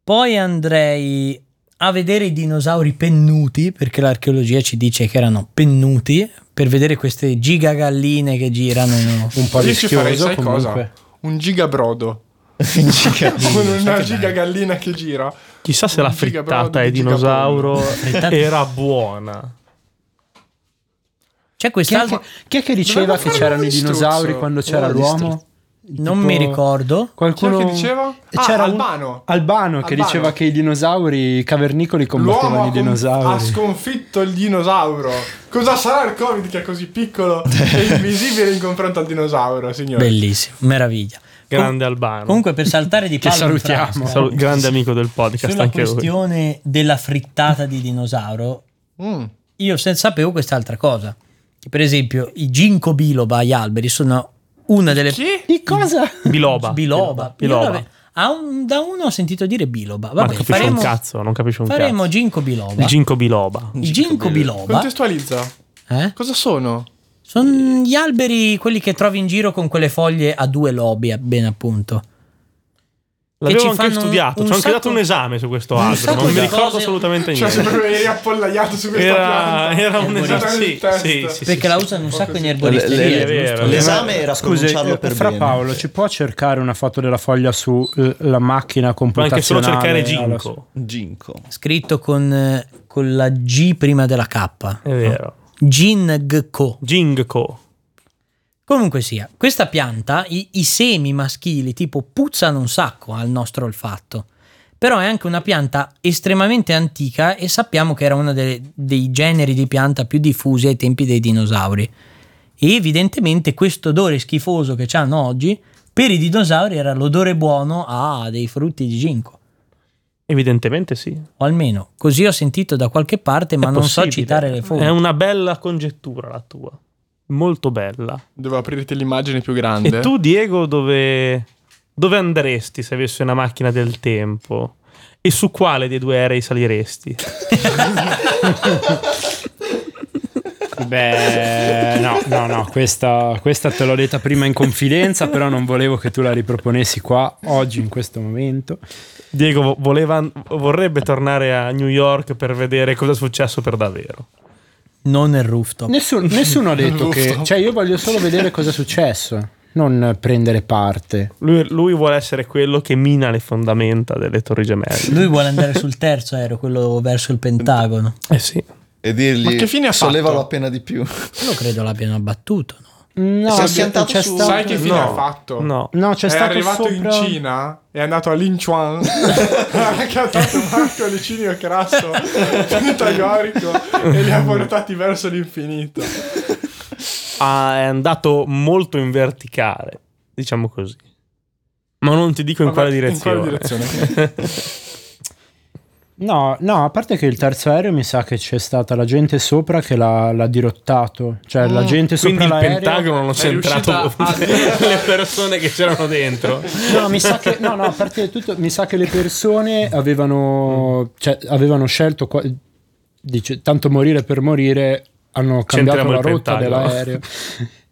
Speaker 3: Poi andrei a vedere i dinosauri pennuti, perché l'archeologia ci dice che erano pennuti, per vedere queste gigagalline che girano.
Speaker 5: un po'
Speaker 1: Io ci
Speaker 5: rischioso
Speaker 1: farei, sai
Speaker 5: comunque.
Speaker 1: cosa? Un gigabrodo. Con una gigagallina che gira.
Speaker 4: Chissà se la
Speaker 1: Un gigabrodo
Speaker 4: frittata
Speaker 1: di
Speaker 4: ai dinosauro
Speaker 3: Frittata-
Speaker 4: era buona.
Speaker 3: C'è
Speaker 5: Chi è, che,
Speaker 3: quest'altro,
Speaker 5: chi è che diceva
Speaker 1: Dovevamo
Speaker 5: che
Speaker 1: fare
Speaker 5: c'erano
Speaker 1: uno
Speaker 5: i
Speaker 1: di
Speaker 5: dinosauri
Speaker 1: struzzo.
Speaker 5: quando c'era
Speaker 2: Uno di
Speaker 5: l'uomo?
Speaker 3: non
Speaker 5: Tipo-
Speaker 3: mi ricordo,
Speaker 5: Qualcuno
Speaker 1: Chi è che diceva?
Speaker 5: E
Speaker 1: Ah,
Speaker 5: c'era un-
Speaker 1: Albano.
Speaker 5: Albano che
Speaker 1: Albano.
Speaker 5: diceva che i dinosauri i cavernicoli
Speaker 1: L'uomo
Speaker 5: combattevano
Speaker 1: ha
Speaker 5: i
Speaker 1: con- ha
Speaker 5: dinosauri.
Speaker 1: sconfitto il dinosauro. Cosa sarà il Covid che è così piccolo e invisibile in confronto al dinosauro, signore?
Speaker 3: bellissimo, meraviglia.
Speaker 4: Grande Albano.
Speaker 3: Comunque per saltare di
Speaker 5: Che
Speaker 3: palo in
Speaker 5: salutiamo.
Speaker 3: frasca,
Speaker 4: Salu- grande amico del podcast
Speaker 3: sulla
Speaker 4: anche lui.
Speaker 3: questione della frittata di dinosauro,
Speaker 1: Mm.
Speaker 3: io se- sapevo quest'altra cosa. Che per esempio i ginkgo biloba, gli alberi, sono una delle...
Speaker 1: Chi?
Speaker 5: Di cosa?
Speaker 4: Biloba.
Speaker 3: Biloba.
Speaker 4: Biloba.
Speaker 3: Io l'ave- a un- da uno ho sentito dire biloba.
Speaker 4: Ma
Speaker 3: Vabbè,
Speaker 4: non capisce
Speaker 3: faremo,
Speaker 4: un cazzo, non capisce un
Speaker 3: faremo
Speaker 4: cazzo.
Speaker 3: ginkgo biloba.
Speaker 4: Il ginkgo biloba.
Speaker 3: I ginkgo biloba
Speaker 1: Contestualizza.
Speaker 3: eh,
Speaker 1: Cosa sono?
Speaker 3: sono gli alberi, quelli che trovi in giro con quelle foglie a due lobi, a- bene appunto.
Speaker 4: L'avevo
Speaker 3: ci
Speaker 4: anche
Speaker 3: fanno un-
Speaker 4: studiato,
Speaker 3: un
Speaker 4: ci ho anche
Speaker 3: sacco-
Speaker 4: dato un esame su questo
Speaker 3: un
Speaker 4: albero,
Speaker 3: sacco
Speaker 4: non mi
Speaker 3: di
Speaker 4: ricordo
Speaker 3: cose-
Speaker 4: assolutamente
Speaker 1: Cioè,
Speaker 4: niente.
Speaker 1: sempre eri appollaiato su questa
Speaker 4: Era,
Speaker 1: pianta.
Speaker 4: era un
Speaker 1: Era
Speaker 4: esame,
Speaker 1: nel
Speaker 4: sì,
Speaker 1: test.
Speaker 4: sì, sì,
Speaker 3: Perché
Speaker 4: sì,
Speaker 3: la
Speaker 4: sì.
Speaker 3: usano un
Speaker 1: po'
Speaker 3: sacco in
Speaker 1: così.
Speaker 4: Le-
Speaker 3: erboristeria.
Speaker 4: le-
Speaker 3: giusto?
Speaker 4: le-
Speaker 2: L'esame era
Speaker 5: Scusi,
Speaker 2: pronunciarlo
Speaker 5: eh,
Speaker 2: per
Speaker 5: fra
Speaker 2: bene.
Speaker 5: Paolo, ci può cercare una foto della foglia sulla macchina
Speaker 4: Può anche solo
Speaker 5: computazionale?
Speaker 3: eh,
Speaker 4: cercare
Speaker 5: alla-
Speaker 4: ginkgo.
Speaker 2: Ginko.
Speaker 3: Scritto con, eh, con la G prima della K.
Speaker 4: È vero.
Speaker 3: Gingko.
Speaker 4: Ginkgo.
Speaker 3: Comunque sia, questa pianta, i, i semi maschili tipo puzzano un sacco al nostro olfatto, però è anche una pianta estremamente antica e sappiamo che era uno delle- dei generi di pianta più diffusi ai tempi dei dinosauri. E evidentemente questo odore schifoso che hanno oggi, per i dinosauri era l'odore buono a dei frutti di ginkgo.
Speaker 4: Evidentemente sì.
Speaker 3: O almeno così ho sentito da qualche parte, ma
Speaker 4: È
Speaker 3: non so
Speaker 4: possibile.
Speaker 3: citare le fonti.
Speaker 4: È una bella congettura la tua. Molto bella.
Speaker 1: Devo aprirti l'immagine più grande.
Speaker 4: E tu, Diego, dove, dove andresti se avessi una macchina del tempo? E su quale dei due aerei saliresti?
Speaker 5: Beh, no, no, no, questa, questa te l'ho detta prima in confidenza, però non volevo che tu la riproponessi qua, oggi, in questo momento.
Speaker 4: Diego vo- voleva- vorrebbe tornare a New York per vedere cosa è successo per davvero.
Speaker 3: Non il rooftop.
Speaker 5: Nessuno,
Speaker 1: <laughs>
Speaker 5: nessuno ha detto che...
Speaker 1: Giusto.
Speaker 5: Cioè, io voglio solo
Speaker 1: <laughs>
Speaker 5: vedere cosa è successo, non prendere parte.
Speaker 4: Lui, lui vuole essere quello che mina le fondamenta delle Torri Gemelle.
Speaker 3: Lui vuole andare sul terzo aereo, quello verso il Pentagono.
Speaker 4: Eh sì.
Speaker 2: E dirgli
Speaker 1: Ma che fine ha fatto?
Speaker 2: sollevalo appena di
Speaker 5: <laughs>
Speaker 2: più.
Speaker 3: Quello credo l'abbiano abbattuto. No?
Speaker 5: No,
Speaker 2: Si è
Speaker 5: abbi-
Speaker 2: schiantato
Speaker 5: c'è
Speaker 2: su-
Speaker 5: stato-
Speaker 1: Sai che fine
Speaker 4: No,
Speaker 1: ha fatto?
Speaker 4: No.
Speaker 5: No, c'è
Speaker 1: è
Speaker 5: stato
Speaker 1: arrivato
Speaker 5: sopra...
Speaker 1: in Cina, è andato a
Speaker 5: <laughs>
Speaker 1: Linchuan, ha cantato Marco Licinio
Speaker 5: <laughs>
Speaker 1: Crasso, Pitagorico e li ha portati verso l'infinito.
Speaker 4: Ah, è andato molto in verticale. diciamo così. Ma non ti dico in quale direzione.
Speaker 1: direzione?
Speaker 5: No, no, a parte che il terzo aereo mi sa che c'è stata la gente sopra che l'ha, l'ha dirottato. Cioè,
Speaker 1: Mm.
Speaker 5: la gente
Speaker 4: Quindi
Speaker 5: sopra
Speaker 4: il
Speaker 5: l'aereo...
Speaker 4: Pentagono non c'è entrato
Speaker 8: riuscita
Speaker 4: <laughs>
Speaker 8: a-
Speaker 4: le persone che c'erano dentro.
Speaker 5: No, mi sa che, no, no, a parte tutto, mi sa che le persone avevano, cioè, avevano scelto, qua- dice, tanto morire per morire, hanno cambiato
Speaker 4: Centriamo
Speaker 5: la
Speaker 4: il
Speaker 5: rotta
Speaker 4: Pentagono. <laughs>
Speaker 5: dell'aereo.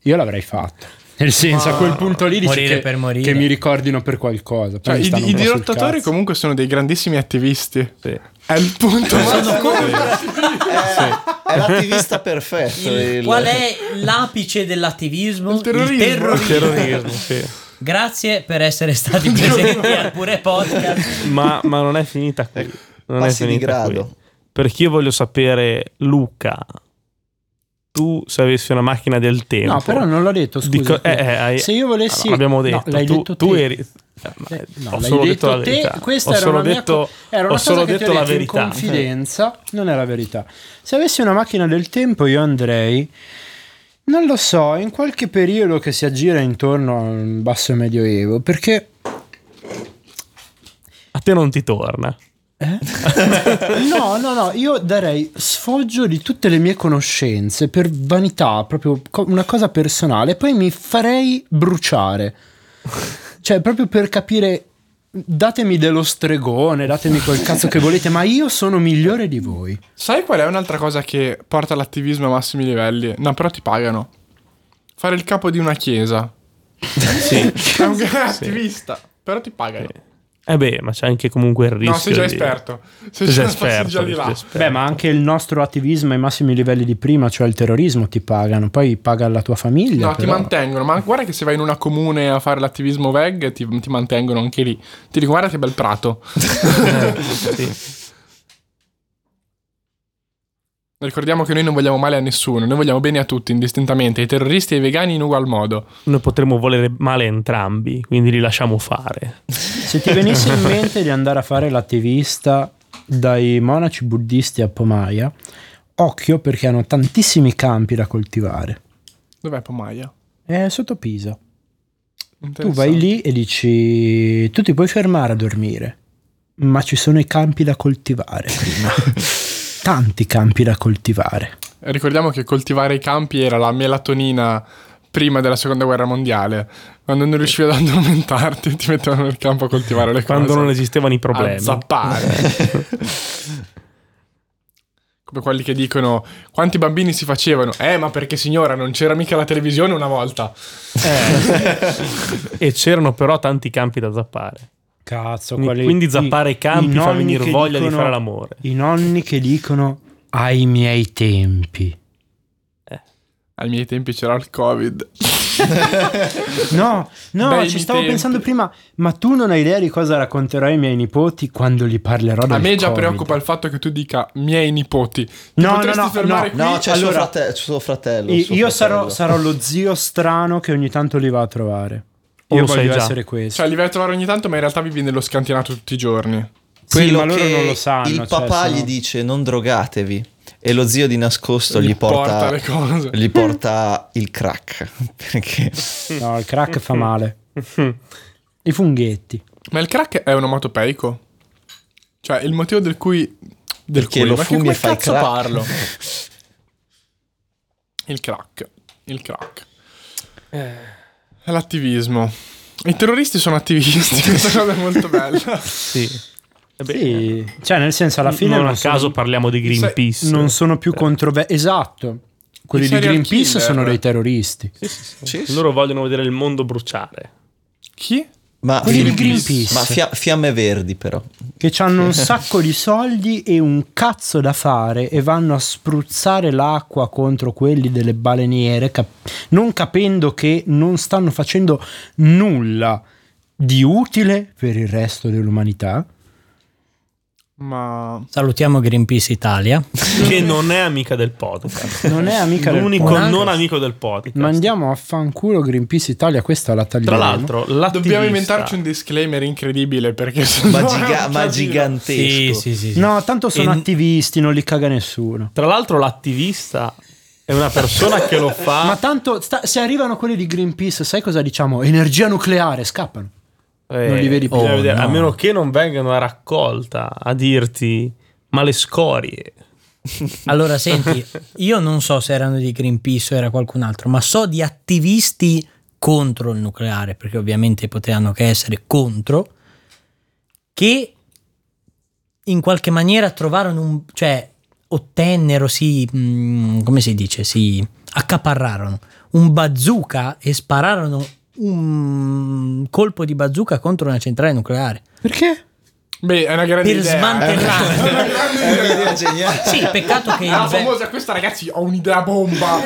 Speaker 5: Io l'avrei fatto. Nel senso, a quel punto lì dici
Speaker 3: Morire
Speaker 5: che,
Speaker 3: per morire.
Speaker 5: che mi ricordino per qualcosa. Poi
Speaker 1: Cioè,
Speaker 5: mi
Speaker 1: i,
Speaker 5: stanno
Speaker 1: i
Speaker 5: un po' sul
Speaker 1: dirottatori
Speaker 5: cazzo.
Speaker 1: comunque sono dei grandissimi attivisti.
Speaker 4: Sì.
Speaker 1: È il punto. massimo.
Speaker 2: Eh, È, è l'attivista perfetto. il-
Speaker 3: Qual è l'apice dell'attivismo?
Speaker 1: Il terrorismo.
Speaker 2: <laughs>
Speaker 4: Terrorismo, sì.
Speaker 3: Grazie per essere stati presenti al pure
Speaker 4: <laughs>
Speaker 3: podcast.
Speaker 4: ma, ma non è finita qui. Non
Speaker 2: passi
Speaker 4: è
Speaker 2: Ecco. di
Speaker 4: finita
Speaker 2: grado.
Speaker 4: qui. Perché io voglio sapere, Luca, tu se avessi una macchina del tempo...
Speaker 5: No, però non l'ho detto, scusa.
Speaker 4: Dico- eh, eh, hai-
Speaker 5: Se io volessi...
Speaker 4: No, abbiamo
Speaker 5: no,
Speaker 4: detto,
Speaker 5: l'hai
Speaker 4: tu,
Speaker 5: detto
Speaker 4: tu
Speaker 5: te.
Speaker 4: eri...
Speaker 5: Eh,
Speaker 4: no,
Speaker 5: no,
Speaker 4: ho
Speaker 5: l'hai
Speaker 4: solo detto
Speaker 5: detto
Speaker 4: la
Speaker 5: te,
Speaker 4: verità.
Speaker 5: questa
Speaker 4: ho
Speaker 5: era
Speaker 4: solo
Speaker 5: una mia
Speaker 4: detto,
Speaker 5: co- era
Speaker 4: ho
Speaker 5: una
Speaker 4: solo
Speaker 5: cosa che ti ho
Speaker 4: detto la
Speaker 5: detto in
Speaker 4: verità.
Speaker 5: confidenza, non è la verità. Se avessi una macchina del tempo io andrei non lo so, in qualche periodo che si aggira intorno al basso medioevo,
Speaker 4: <laughs>
Speaker 5: perché
Speaker 4: A te non ti torna.
Speaker 5: No, no, no, io darei sfoggio di tutte le mie conoscenze per vanità, proprio co- una cosa personale, poi mi farei bruciare. Cioè, proprio per capire, datemi dello stregone, datemi quel cazzo che volete, ma io sono migliore di voi.
Speaker 1: Sai qual è un'altra cosa che porta all'attivismo a massimi livelli? No, però ti pagano. Fare il capo di una chiesa. Sì. È un gran attivista. Però ti pagano.
Speaker 4: Eh beh, ma c'è anche comunque il rischio.
Speaker 1: No, sei già
Speaker 4: di-
Speaker 1: esperto. Sei
Speaker 4: Sei
Speaker 1: già
Speaker 4: già
Speaker 1: esperto.
Speaker 4: esperto.
Speaker 1: Già di
Speaker 4: sei già
Speaker 1: là.
Speaker 4: esperto.
Speaker 5: Beh, ma anche il nostro attivismo ai massimi livelli di prima, cioè il terrorismo, ti pagano, poi paga la tua famiglia.
Speaker 1: No, ti
Speaker 5: però.
Speaker 1: mantengono. Ma guarda che se vai in una comune a fare l'attivismo veg, ti, ti mantengono anche lì. Ti dico, guarda che bel
Speaker 5: <laughs>
Speaker 1: prato. Ricordiamo che noi non vogliamo male a nessuno, noi vogliamo bene a tutti, indistintamente, ai terroristi e ai vegani in ugual modo.
Speaker 4: Noi potremmo volere male entrambi, quindi li lasciamo fare.
Speaker 5: Se ti venisse
Speaker 1: <laughs>
Speaker 5: in mente di andare a fare l'attivista dai monaci buddisti a Pomaia, occhio perché hanno tantissimi campi da coltivare.
Speaker 1: Dov'è Pomaia?
Speaker 5: È sotto Pisa. Tu
Speaker 1: Interessante.
Speaker 5: vai lì e dici: Tu ti puoi fermare a dormire, ma ci sono i campi da coltivare
Speaker 1: <laughs>
Speaker 5: prima. Tanti campi da coltivare.
Speaker 1: Ricordiamo che coltivare i campi era la melatonina prima della seconda guerra mondiale. Quando non riuscivi ad addormentarti, ti mettevano nel campo a coltivare le cose.
Speaker 4: Quando non esistevano i problemi.
Speaker 1: A zappare. Come quelli che dicono quanti bambini si facevano. Eh, ma perché signora, non c'era mica la televisione una volta.
Speaker 4: e c'erano però tanti campi da zappare.
Speaker 5: Cazzo,
Speaker 4: Quindi- quelli- quindi zappare i campi fa
Speaker 5: nonni
Speaker 4: venire
Speaker 5: che
Speaker 4: voglia di fare l'amore.
Speaker 5: I nonni che dicono: Ai miei tempi.
Speaker 1: Ai miei tempi c'era il Covid.
Speaker 5: No, no,
Speaker 1: Bei
Speaker 5: ci stavo
Speaker 1: tempi.
Speaker 5: pensando prima, ma tu non hai idea di cosa racconterò ai miei nipoti quando gli parlerò del
Speaker 1: A me già
Speaker 5: Covid.
Speaker 1: preoccupa il fatto che tu dica miei nipoti. Ti
Speaker 5: No, no,
Speaker 1: potresti
Speaker 5: no,
Speaker 1: fermare qui?
Speaker 2: No, c'è suo,
Speaker 5: Allora-
Speaker 2: frate- c'è suo fratello.
Speaker 5: I-
Speaker 2: suo
Speaker 5: Io
Speaker 2: fratello.
Speaker 5: sarò, sarò lo zio strano che ogni tanto li va a trovare.
Speaker 4: O
Speaker 5: Io
Speaker 4: lo sai
Speaker 5: voglio
Speaker 4: già.
Speaker 5: essere questo.
Speaker 1: Cioè, li vai a trovare ogni tanto, ma in realtà vivi nello scantinato tutti i giorni.
Speaker 5: sì,
Speaker 2: Quello
Speaker 5: ma loro
Speaker 2: che
Speaker 5: non lo sanno.
Speaker 2: Il
Speaker 5: cioè,
Speaker 2: papà
Speaker 5: sono-
Speaker 2: gli dice non drogatevi e lo zio di nascosto gli porta,
Speaker 1: le cose.
Speaker 2: gli porta il crack. <laughs> Perché
Speaker 5: No, il crack fa male. I funghetti.
Speaker 1: Ma il crack è onomatopeico? Cioè, il motivo del cui... Del
Speaker 2: Perché
Speaker 1: cui,
Speaker 2: lo
Speaker 1: ma
Speaker 2: fumi
Speaker 1: come
Speaker 2: e fai
Speaker 1: cazzo
Speaker 2: crack. <laughs>
Speaker 1: parlo? Il crack. Il crack.
Speaker 2: Eh.
Speaker 1: È L'attivismo. I terroristi sono attivisti, <laughs> questa cosa è molto
Speaker 2: <laughs>
Speaker 1: bella.
Speaker 4: Sì. Eh beh,
Speaker 5: Sì, cioè nel senso alla fine
Speaker 4: non,
Speaker 5: non,
Speaker 4: a caso
Speaker 5: sono,
Speaker 4: parliamo di Greenpeace.
Speaker 5: non sono più controversi. Esatto. Quelli
Speaker 1: I
Speaker 5: di
Speaker 1: serial
Speaker 5: Greenpeace
Speaker 1: killer.
Speaker 5: sono dei terroristi.
Speaker 4: Loro vogliono vedere il mondo bruciare.
Speaker 1: Chi?
Speaker 2: Ma,
Speaker 5: Quelli di Greenpeace.
Speaker 2: ma fia- fiamme verdi, però.
Speaker 4: <laughs>
Speaker 5: che hanno un sacco di soldi e un cazzo da fare e vanno a spruzzare l'acqua contro quelli delle baleniere, cap- non capendo che non stanno facendo nulla di utile per il resto dell'umanità.
Speaker 1: Ma...
Speaker 3: Salutiamo Greenpeace Italia.
Speaker 4: che non è amica del podcast.
Speaker 5: Non è amica
Speaker 4: <laughs>
Speaker 5: del
Speaker 4: L'unico
Speaker 5: podcast.
Speaker 4: non amico del podcast.
Speaker 5: Mandiamo a fanculo Greenpeace Italia, questa la
Speaker 4: Tra
Speaker 5: taglieremo.
Speaker 4: l'altro, l'attivista-
Speaker 1: Dobbiamo inventarci un disclaimer incredibile perché sennò...
Speaker 2: Ma, giga-
Speaker 1: è un
Speaker 2: ma
Speaker 1: casino.
Speaker 2: gigantesco.
Speaker 3: sì, sì.
Speaker 5: No, tanto sono
Speaker 3: E-
Speaker 5: attivisti, non li caga nessuno.
Speaker 4: Tra l'altro l'attivista
Speaker 8: è una persona che lo
Speaker 4: Ah.
Speaker 8: fa.
Speaker 5: Ma tanto, sta- se arrivano quelli di Greenpeace, sai cosa diciamo? Energia nucleare, scappano.
Speaker 8: Eh,
Speaker 5: Non li vedi più.
Speaker 8: bisogna
Speaker 5: Oh,
Speaker 8: vedere,
Speaker 5: no.
Speaker 8: A meno che non vengano a raccolta a dirti ma le scorie.
Speaker 3: <laughs> Allora, senti, io non so se erano di Greenpeace o era qualcun altro, ma so di attivisti contro il nucleare, perché ovviamente potevano che essere contro, che in qualche maniera trovarono un... cioè ottennero, si... mm, come si dice? Si accaparrarono un bazooka e spararono un colpo di bazooka contro una centrale nucleare
Speaker 5: Perché?
Speaker 1: <laughs> Beh, è una grande
Speaker 3: per
Speaker 1: idea. <laughs>
Speaker 3: smantellare
Speaker 2: Eh, È un'idea geniale.
Speaker 3: sì peccato che il
Speaker 1: La
Speaker 3: ve-
Speaker 1: famosa, questa ragazzi, ho un'idea
Speaker 2: <laughs>
Speaker 1: bomba.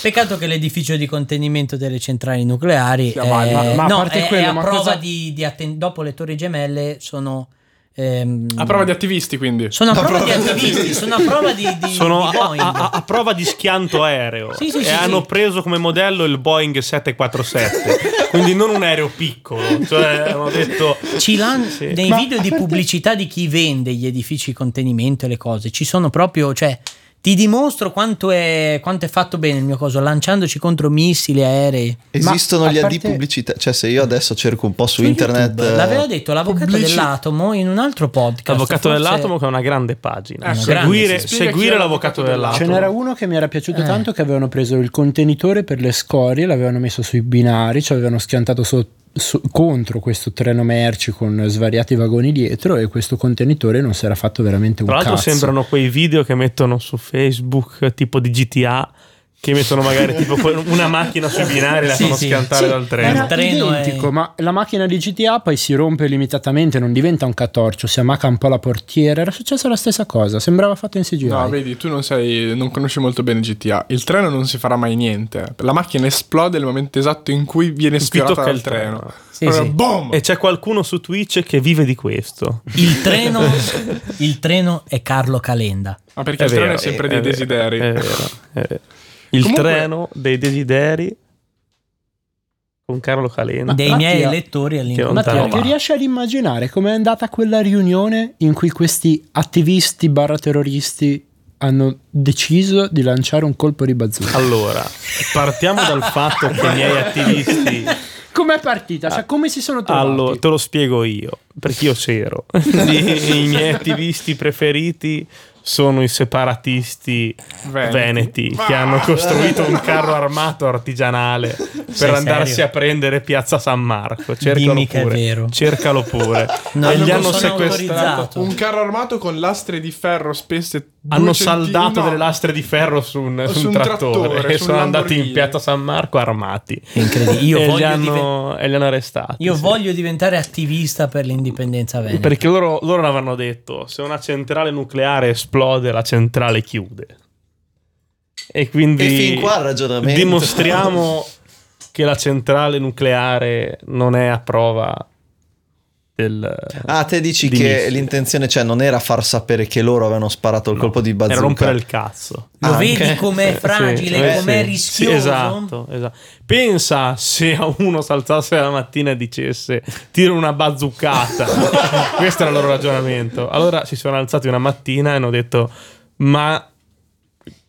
Speaker 3: Peccato che l'edificio di contenimento delle centrali nucleari
Speaker 1: Sì, ma-
Speaker 3: eh,
Speaker 1: ma-
Speaker 5: ma a
Speaker 3: no,
Speaker 5: parte
Speaker 3: è,
Speaker 5: quello,
Speaker 3: è a
Speaker 5: ma
Speaker 3: prova
Speaker 5: cosa-
Speaker 3: di, di atten- dopo le torri gemelle sono ehm,
Speaker 1: A prova di attivisti, quindi.
Speaker 3: sono a
Speaker 2: A
Speaker 3: prova di
Speaker 2: prova di
Speaker 3: attivisti,
Speaker 2: attivisti.
Speaker 3: sono a prova di, di-
Speaker 4: Sono
Speaker 3: di
Speaker 4: a,
Speaker 3: Boeing.
Speaker 4: a- a- a prova di schianto aereo
Speaker 3: Sì, sì,
Speaker 4: e
Speaker 3: sì,
Speaker 4: hanno
Speaker 3: sì.
Speaker 4: preso come modello il Boeing 747, quindi non un aereo piccolo. Cioè, hanno detto
Speaker 3: Ci lan-
Speaker 4: Sì.
Speaker 3: nei
Speaker 5: Ma-
Speaker 3: video di pubblicità di chi vende gli edifici di contenimento e le cose, ci sono proprio, cioè ti dimostro quanto è, quanto è fatto bene il mio coso lanciandoci contro missili aerei.
Speaker 2: Esistono
Speaker 5: Ma, a
Speaker 2: gli AD
Speaker 5: parte-
Speaker 2: pubblicità, cioè se io adesso cerco un po' su,
Speaker 3: Su
Speaker 2: internet...
Speaker 3: YouTube.
Speaker 2: eh,
Speaker 3: l'aveva detto l'avvocato
Speaker 1: pubblici-
Speaker 3: dell'atomo in un altro podcast.
Speaker 4: L'avvocato
Speaker 3: forse-
Speaker 4: dell'atomo che è una grande pagina.
Speaker 1: Ecco,
Speaker 4: seguire
Speaker 1: grande, si spiega chi
Speaker 4: seguire
Speaker 1: è
Speaker 4: l'avvocato
Speaker 1: l'avvocato
Speaker 5: Ce
Speaker 4: dell'atomo.
Speaker 5: Cioè, n'era uno che mi era piaciuto
Speaker 3: Eh.
Speaker 5: tanto che avevano preso il contenitore per le scorie, l'avevano messo sui binari, ci avevano schiantato so- so- contro questo treno merci con svariati vagoni dietro e questo contenitore non si era fatto veramente un
Speaker 4: Tra l'altro
Speaker 5: cazzo.
Speaker 4: sembrano quei video che mettono su Facebook tipo di GTA che mettono magari <laughs> tipo que- una macchina sui binari e la
Speaker 3: Sì,
Speaker 4: fanno
Speaker 3: sì.
Speaker 4: schiantare
Speaker 5: Sì,
Speaker 4: dal treno.
Speaker 5: era eh.
Speaker 3: Il treno è-
Speaker 5: identico, ma la macchina di GTA poi si rompe limitatamente, non diventa un catorcio, si amaca un po' la portiera. Era successa la stessa cosa, sembrava fatto in CGI.
Speaker 1: No, vedi, tu non sai, non conosci molto bene GTA. Il treno non si farà mai niente. La macchina esplode nel momento esatto in cui viene
Speaker 4: Qui
Speaker 1: sfiorata
Speaker 4: tocca
Speaker 1: dal
Speaker 4: il
Speaker 1: treno.
Speaker 4: treno.
Speaker 3: Sì,
Speaker 1: Allora,
Speaker 3: sì.
Speaker 1: boom!
Speaker 4: E c'è qualcuno su Twitch che vive di questo.
Speaker 3: Il treno, il treno è Carlo Calenda.
Speaker 1: Ma perché il
Speaker 4: vero,
Speaker 1: treno è sempre dei
Speaker 4: vero,
Speaker 1: desideri.
Speaker 4: è vero, è vero. Il
Speaker 1: Comunque-
Speaker 4: treno dei desideri con Carlo Calenda.
Speaker 3: Dei
Speaker 5: Mattia-
Speaker 3: miei elettori all'interno.
Speaker 4: Mattia,
Speaker 5: Matteo,
Speaker 4: lontano,
Speaker 5: ti
Speaker 4: ma-
Speaker 5: riesci ad immaginare com'è andata quella riunione in cui questi attivisti barra terroristi hanno deciso di lanciare un colpo di bazooka?
Speaker 4: Allora, partiamo dal fatto che i miei attivisti
Speaker 5: Com'è partita?
Speaker 4: Ah,
Speaker 5: Cioè, come si sono trovati?
Speaker 4: Allora, te lo spiego io, perché
Speaker 1: <laughs>
Speaker 4: io c'ero. I, i miei attivisti preferiti sono i separatisti
Speaker 1: Veneti.
Speaker 4: veneti, che hanno costruito un carro armato artigianale per
Speaker 3: Sei
Speaker 4: andarsi
Speaker 3: serio?
Speaker 4: a prendere Piazza San Marco. Cercalo
Speaker 3: Dimmi che è
Speaker 4: pure.
Speaker 3: vero.
Speaker 4: Cercalo pure.
Speaker 3: No,
Speaker 4: e
Speaker 3: non
Speaker 4: gli
Speaker 3: lo
Speaker 4: hanno
Speaker 3: sono
Speaker 4: sequestrato.
Speaker 3: autorizzato.
Speaker 1: Un carro armato con lastre di ferro spesse. due
Speaker 4: Hanno
Speaker 1: centi-
Speaker 4: saldato
Speaker 1: no.
Speaker 4: delle lastre di ferro su un,
Speaker 1: Su
Speaker 4: su un
Speaker 1: un
Speaker 4: trattore,
Speaker 1: trattore,
Speaker 4: e
Speaker 1: su un
Speaker 4: sono andati in
Speaker 1: Lamborghini.
Speaker 4: piazza San Marco armati.
Speaker 3: È incredibile. Io
Speaker 4: <laughs> e, li
Speaker 3: voglio
Speaker 4: hanno, e li hanno arrestati.
Speaker 3: Io
Speaker 4: sì.
Speaker 3: voglio diventare attivista per l'indipendenza veneta.
Speaker 4: Perché loro, loro avevano detto: se una centrale nucleare esplode, la centrale chiude. E quindi
Speaker 2: E fin qua il ragionamento. <laughs>
Speaker 4: dimostriamo che la centrale nucleare non è a prova del.
Speaker 2: Ah, te dici
Speaker 4: di
Speaker 2: che
Speaker 4: missili.
Speaker 2: l'intenzione, cioè, non era far sapere che loro avevano sparato il
Speaker 4: No,
Speaker 2: colpo di bazooka.
Speaker 4: Era rompere il cazzo.
Speaker 3: Lo
Speaker 2: Ah,
Speaker 3: vedi
Speaker 2: ok.
Speaker 3: com'è fragile,
Speaker 4: eh,
Speaker 3: com'è
Speaker 4: sì.
Speaker 3: rischioso?
Speaker 4: Sì, esatto, esatto. Pensa se a uno si alzasse la mattina e dicesse tiro una
Speaker 3: <laughs>
Speaker 4: bazzuccata. Questo era il loro ragionamento. Allora si sono alzati una mattina e hanno detto ma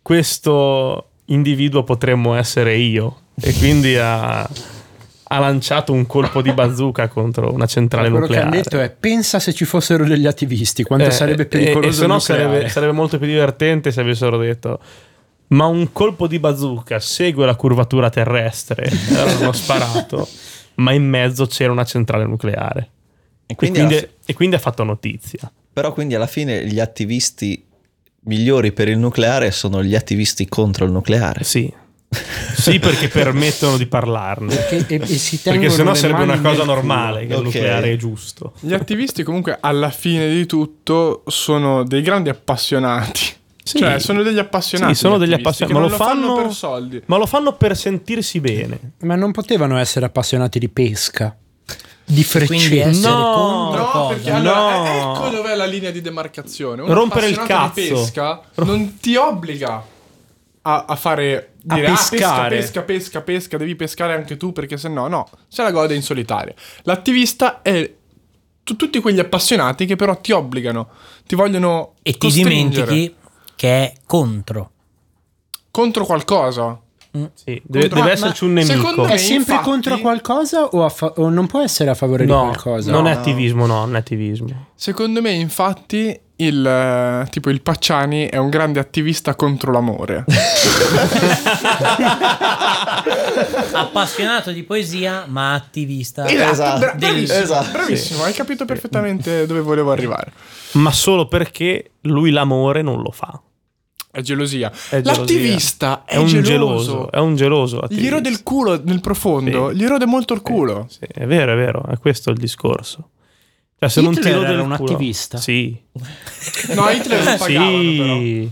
Speaker 4: questo individuo potremmo essere io. E quindi ha, ha lanciato un colpo di bazooka contro una centrale
Speaker 5: Quello
Speaker 4: nucleare.
Speaker 5: che hanno detto è: pensa se ci fossero degli attivisti, quanto
Speaker 4: Eh,
Speaker 5: sarebbe
Speaker 4: e-
Speaker 5: pericoloso.
Speaker 4: E, se no
Speaker 5: il nucleare.
Speaker 4: sarebbe, sarebbe molto più divertente se avessero detto. Ma un colpo di bazooka segue la curvatura terrestre. Allora hanno sparato. Ma in mezzo c'era una centrale nucleare.
Speaker 2: E
Speaker 4: E
Speaker 2: quindi
Speaker 4: quindi,
Speaker 2: alla
Speaker 4: e quindi ha fatto notizia.
Speaker 2: Però quindi alla fine gli attivisti migliori per il nucleare sono gli attivisti contro il nucleare.
Speaker 4: Sì. Sì, perché permettono di parlarne.
Speaker 5: Che- e, e si
Speaker 4: Perché
Speaker 5: tengono
Speaker 4: sennò
Speaker 5: le
Speaker 4: sarebbe
Speaker 5: mani
Speaker 4: una cosa
Speaker 5: nel culo.
Speaker 4: normale che il
Speaker 2: Ok.
Speaker 4: nucleare è giusto.
Speaker 1: Gli attivisti, comunque, alla fine di tutto, sono dei grandi appassionati.
Speaker 4: Sì.
Speaker 1: Cioè, sono degli appassionati.
Speaker 4: Sì, sono
Speaker 1: gli
Speaker 4: degli
Speaker 1: attivisti,
Speaker 4: appassionati.
Speaker 1: che
Speaker 4: Ma lo
Speaker 1: non
Speaker 4: fanno,
Speaker 1: per soldi.
Speaker 4: Ma lo fanno per sentirsi bene.
Speaker 5: Ma non potevano essere appassionati di pesca, di
Speaker 3: Quindi
Speaker 5: freccette.
Speaker 3: essere
Speaker 4: No,
Speaker 3: contro
Speaker 1: No,
Speaker 3: cosa.
Speaker 1: perché
Speaker 4: No.
Speaker 1: allora eh, ecco dov'è la linea di demarcazione. Uno
Speaker 4: Rompere il
Speaker 1: appassionato di
Speaker 4: cazzo.
Speaker 1: pesca non ti obbliga a, a fare
Speaker 4: A
Speaker 1: dire, "Ah,
Speaker 4: pescare."
Speaker 1: pesca, pesca, pesca, pesca, devi pescare anche tu perché se no no, se la gode in solitaria. L'attivista è tu- tutti quegli appassionati che però ti obbligano, ti vogliono
Speaker 3: E ti
Speaker 1: costringere.
Speaker 3: dimentichi che è contro.
Speaker 1: contro qualcosa.
Speaker 8: Sì, deve,
Speaker 1: Contro-
Speaker 8: deve
Speaker 1: ma-
Speaker 8: esserci un
Speaker 1: ma
Speaker 8: nemico.
Speaker 1: secondo
Speaker 4: Eh,
Speaker 1: me-
Speaker 5: È sempre
Speaker 1: infatti-
Speaker 5: contro qualcosa o, a fa- o non può essere a favore
Speaker 8: No,
Speaker 5: di qualcosa?
Speaker 8: non è
Speaker 1: No.
Speaker 8: attivismo, no, non è attivismo.
Speaker 1: Secondo me, infatti, il eh, tipo il Pacciani è un grande attivista contro l'amore.
Speaker 3: Appassionato di poesia, ma attivista.
Speaker 2: Esatto,
Speaker 1: Bra- bravissimo,
Speaker 2: esatto.
Speaker 1: bravissimo, hai capito perfettamente dove volevo arrivare.
Speaker 4: Ma solo perché lui l'amore non lo fa.
Speaker 1: È gelosia.
Speaker 4: È gelosia.
Speaker 1: L'attivista è,
Speaker 4: un
Speaker 1: geloso.
Speaker 4: È un geloso.
Speaker 1: Gli rode il culo nel profondo,
Speaker 4: Sì.
Speaker 1: gli rode molto il culo.
Speaker 4: Eh, Sì, è vero, è vero. È questo il discorso. Cioè, se non ti
Speaker 5: Hitler
Speaker 4: rode
Speaker 5: era
Speaker 4: il
Speaker 5: un
Speaker 4: culo-
Speaker 5: attivista.
Speaker 4: Sì.
Speaker 1: No, Hitler lo pagavano però.
Speaker 4: sì.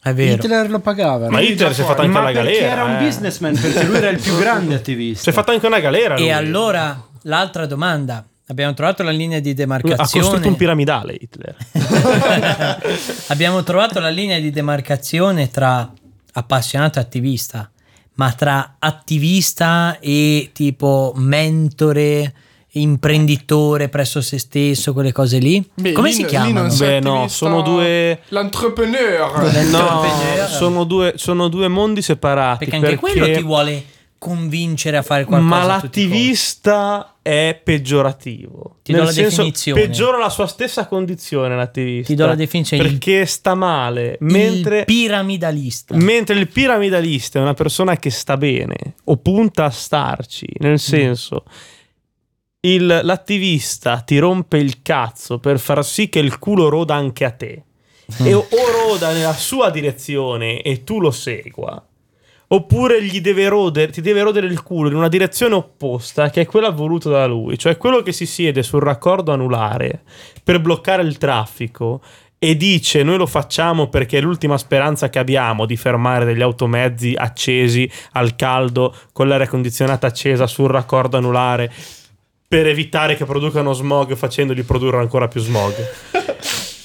Speaker 3: È vero.
Speaker 5: Hitler lo pagava.
Speaker 4: Ma Hitler si è fatta anche
Speaker 5: Ma
Speaker 4: la
Speaker 5: perché
Speaker 4: galera.
Speaker 5: era un
Speaker 4: eh. Cioè,
Speaker 5: businessman, perché lui era il più grande
Speaker 4: Si
Speaker 5: attivista.
Speaker 4: è fatta anche una galera. lui.
Speaker 3: E allora l'altra domanda. Abbiamo trovato la linea di
Speaker 4: ha costruito un
Speaker 3: demarcazione.
Speaker 4: piramidale Hitler.
Speaker 3: Abbiamo trovato la linea di demarcazione tra appassionato e attivista, ma tra attivista e tipo mentore, imprenditore presso se stesso, quelle cose lì.
Speaker 1: Beh,
Speaker 3: Come
Speaker 1: lì-
Speaker 3: si
Speaker 1: lì
Speaker 3: chiamano?
Speaker 1: non so
Speaker 4: Beh, no,
Speaker 1: attivista-
Speaker 4: sono due-
Speaker 1: L'entrepreneur.
Speaker 4: No,
Speaker 3: L'entrepreneur.
Speaker 4: sono due, sono due mondi separati.
Speaker 3: Perché anche quello ti vuole convincere a fare qualcosa.
Speaker 4: Ma
Speaker 3: a tutti i
Speaker 4: l'attivista è peggiorativo.
Speaker 3: Ti do
Speaker 4: Nel
Speaker 3: la
Speaker 4: senso,
Speaker 3: definizione.
Speaker 4: Peggiora la sua stessa condizione l'attivista.
Speaker 3: Ti do la definizione.
Speaker 4: Perché sta male.
Speaker 3: costi.
Speaker 4: Mentre
Speaker 3: Il piramidalista.
Speaker 4: Mentre il piramidalista è una persona che sta bene o punta a starci, nel senso il- l'attivista ti rompe il cazzo per far sì che il culo roda anche a te e o o roda nella sua direzione e tu lo segua. Oppure gli deve rodere, ti deve rodere il culo in una direzione opposta che è quella voluta da lui, cioè quello che si siede sul raccordo anulare per bloccare il traffico e dice noi lo facciamo perché è l'ultima speranza che abbiamo di fermare degli automezzi accesi al caldo con l'aria condizionata accesa sul raccordo anulare per evitare che producano smog facendoli produrre ancora più smog.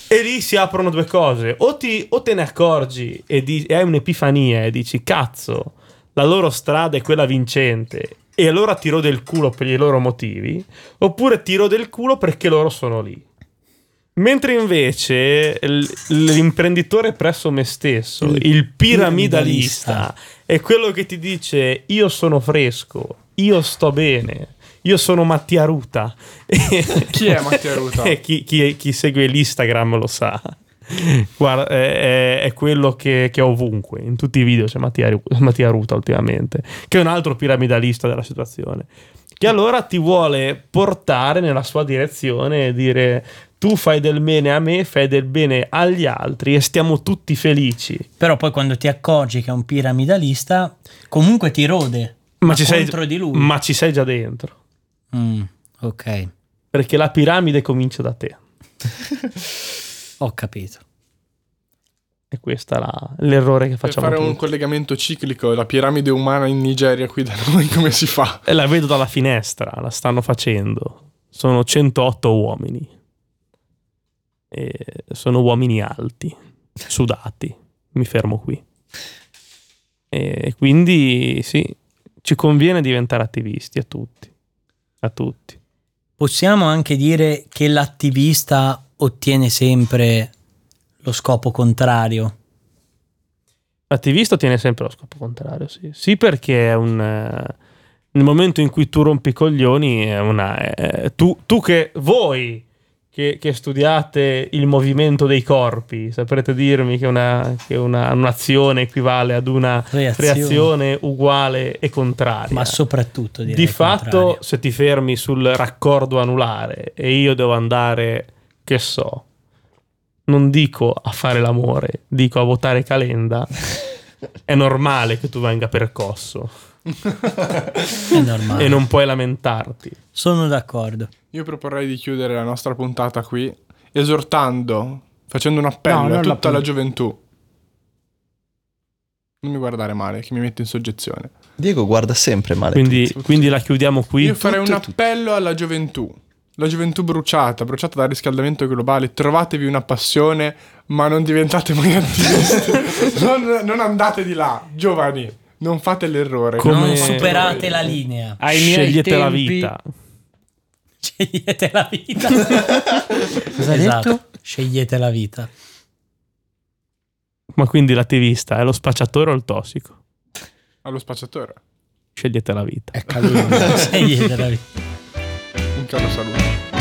Speaker 4: E lì si aprono due cose, o, ti- o te ne accorgi e, di- e hai un'epifania e dici cazzo, la loro strada è quella vincente e allora ti rode il culo per i loro motivi, oppure ti rode il culo perché loro sono lì. Mentre invece l- l'imprenditore presso me stesso,
Speaker 3: Il
Speaker 4: il
Speaker 1: Esatto.
Speaker 4: piramidalista, è quello che ti dice io sono fresco, io sto bene, io sono Mattia Ruta.
Speaker 1: <laughs> Chi è Mattia Ruta?
Speaker 4: Eh, chi, chi- chi segue l'Instagram lo sa. Guarda, è, è- è quello che, che è ovunque, in tutti i video c'è Mattia, Ru- Mattia Ruta ultimamente, che è un altro piramidalista della situazione, che allora ti vuole portare nella sua direzione e dire tu fai del bene a me, fai del bene agli altri e stiamo tutti felici.
Speaker 3: Però poi quando ti accorgi che è un piramidalista, comunque ti rode.
Speaker 4: Ma, ci, sei,
Speaker 3: contro di lui.
Speaker 4: ma ci sei già dentro,
Speaker 3: Mm, ok,
Speaker 4: perché la piramide comincia da te.
Speaker 3: ho capito.
Speaker 4: E questo è la- l'errore che
Speaker 1: Per
Speaker 4: facciamo.
Speaker 1: fare un
Speaker 4: tutti.
Speaker 1: collegamento ciclico, la piramide umana in Nigeria qui da noi come si fa?
Speaker 4: E la vedo dalla finestra, la stanno facendo. Sono 108 uomini. E sono uomini alti, sudati. Mi fermo qui. E quindi sì, ci conviene diventare attivisti a tutti. A tutti.
Speaker 3: Possiamo anche dire che l'attivista ottiene sempre lo scopo contrario.
Speaker 4: L'attivista tiene sempre lo scopo contrario, sì. Sì, perché è un. eh, nel momento in cui tu rompi i coglioni, è una. eh, tu, tu che. Voi che, che studiate il movimento dei corpi, saprete dirmi che, una, che una- un'azione equivale ad una
Speaker 3: Reazione.
Speaker 4: reazione, uguale e contraria.
Speaker 3: Ma soprattutto direi
Speaker 4: Di
Speaker 3: il
Speaker 4: fatto,
Speaker 3: contrario.
Speaker 4: se ti fermi sul raccordo anulare e io devo andare, che so, non dico a fare l'amore, dico a votare <laughs> Calenda, è normale che tu venga percosso
Speaker 3: è normale.
Speaker 4: e non puoi lamentarti.
Speaker 3: Sono d'accordo.
Speaker 1: Io proporrei di chiudere la nostra puntata qui esortando, facendo un appello
Speaker 5: No, non
Speaker 1: a tutta
Speaker 5: l'appello.
Speaker 1: la gioventù. Non mi guardare male, che mi mette in soggezione.
Speaker 2: Diego guarda sempre male.
Speaker 4: Quindi, quindi la chiudiamo qui.
Speaker 1: Io farei un
Speaker 2: tutto e tutto.
Speaker 1: appello alla gioventù. La gioventù bruciata, bruciata dal riscaldamento globale. Trovatevi una passione, ma non diventate mai
Speaker 5: <laughs>
Speaker 1: attivisti. non, non andate di là, giovani. Non fate l'errore.
Speaker 4: Come- Ah.
Speaker 3: Non
Speaker 4: Eh,
Speaker 3: superate la linea.
Speaker 4: Ai miei scegliete la vita.
Speaker 3: <laughs> Scegliete la vita. Esatto. Cosa
Speaker 5: detto?
Speaker 3: Scegliete la vita.
Speaker 4: Ma quindi l'attivista è lo spacciatore o il tossico?
Speaker 1: Allo spacciatore.
Speaker 5: É
Speaker 4: Scegliete la vita.
Speaker 5: È
Speaker 3: <laughs>
Speaker 5: calore.
Speaker 3: Sei dietro, Davide.
Speaker 1: Un caro saluto.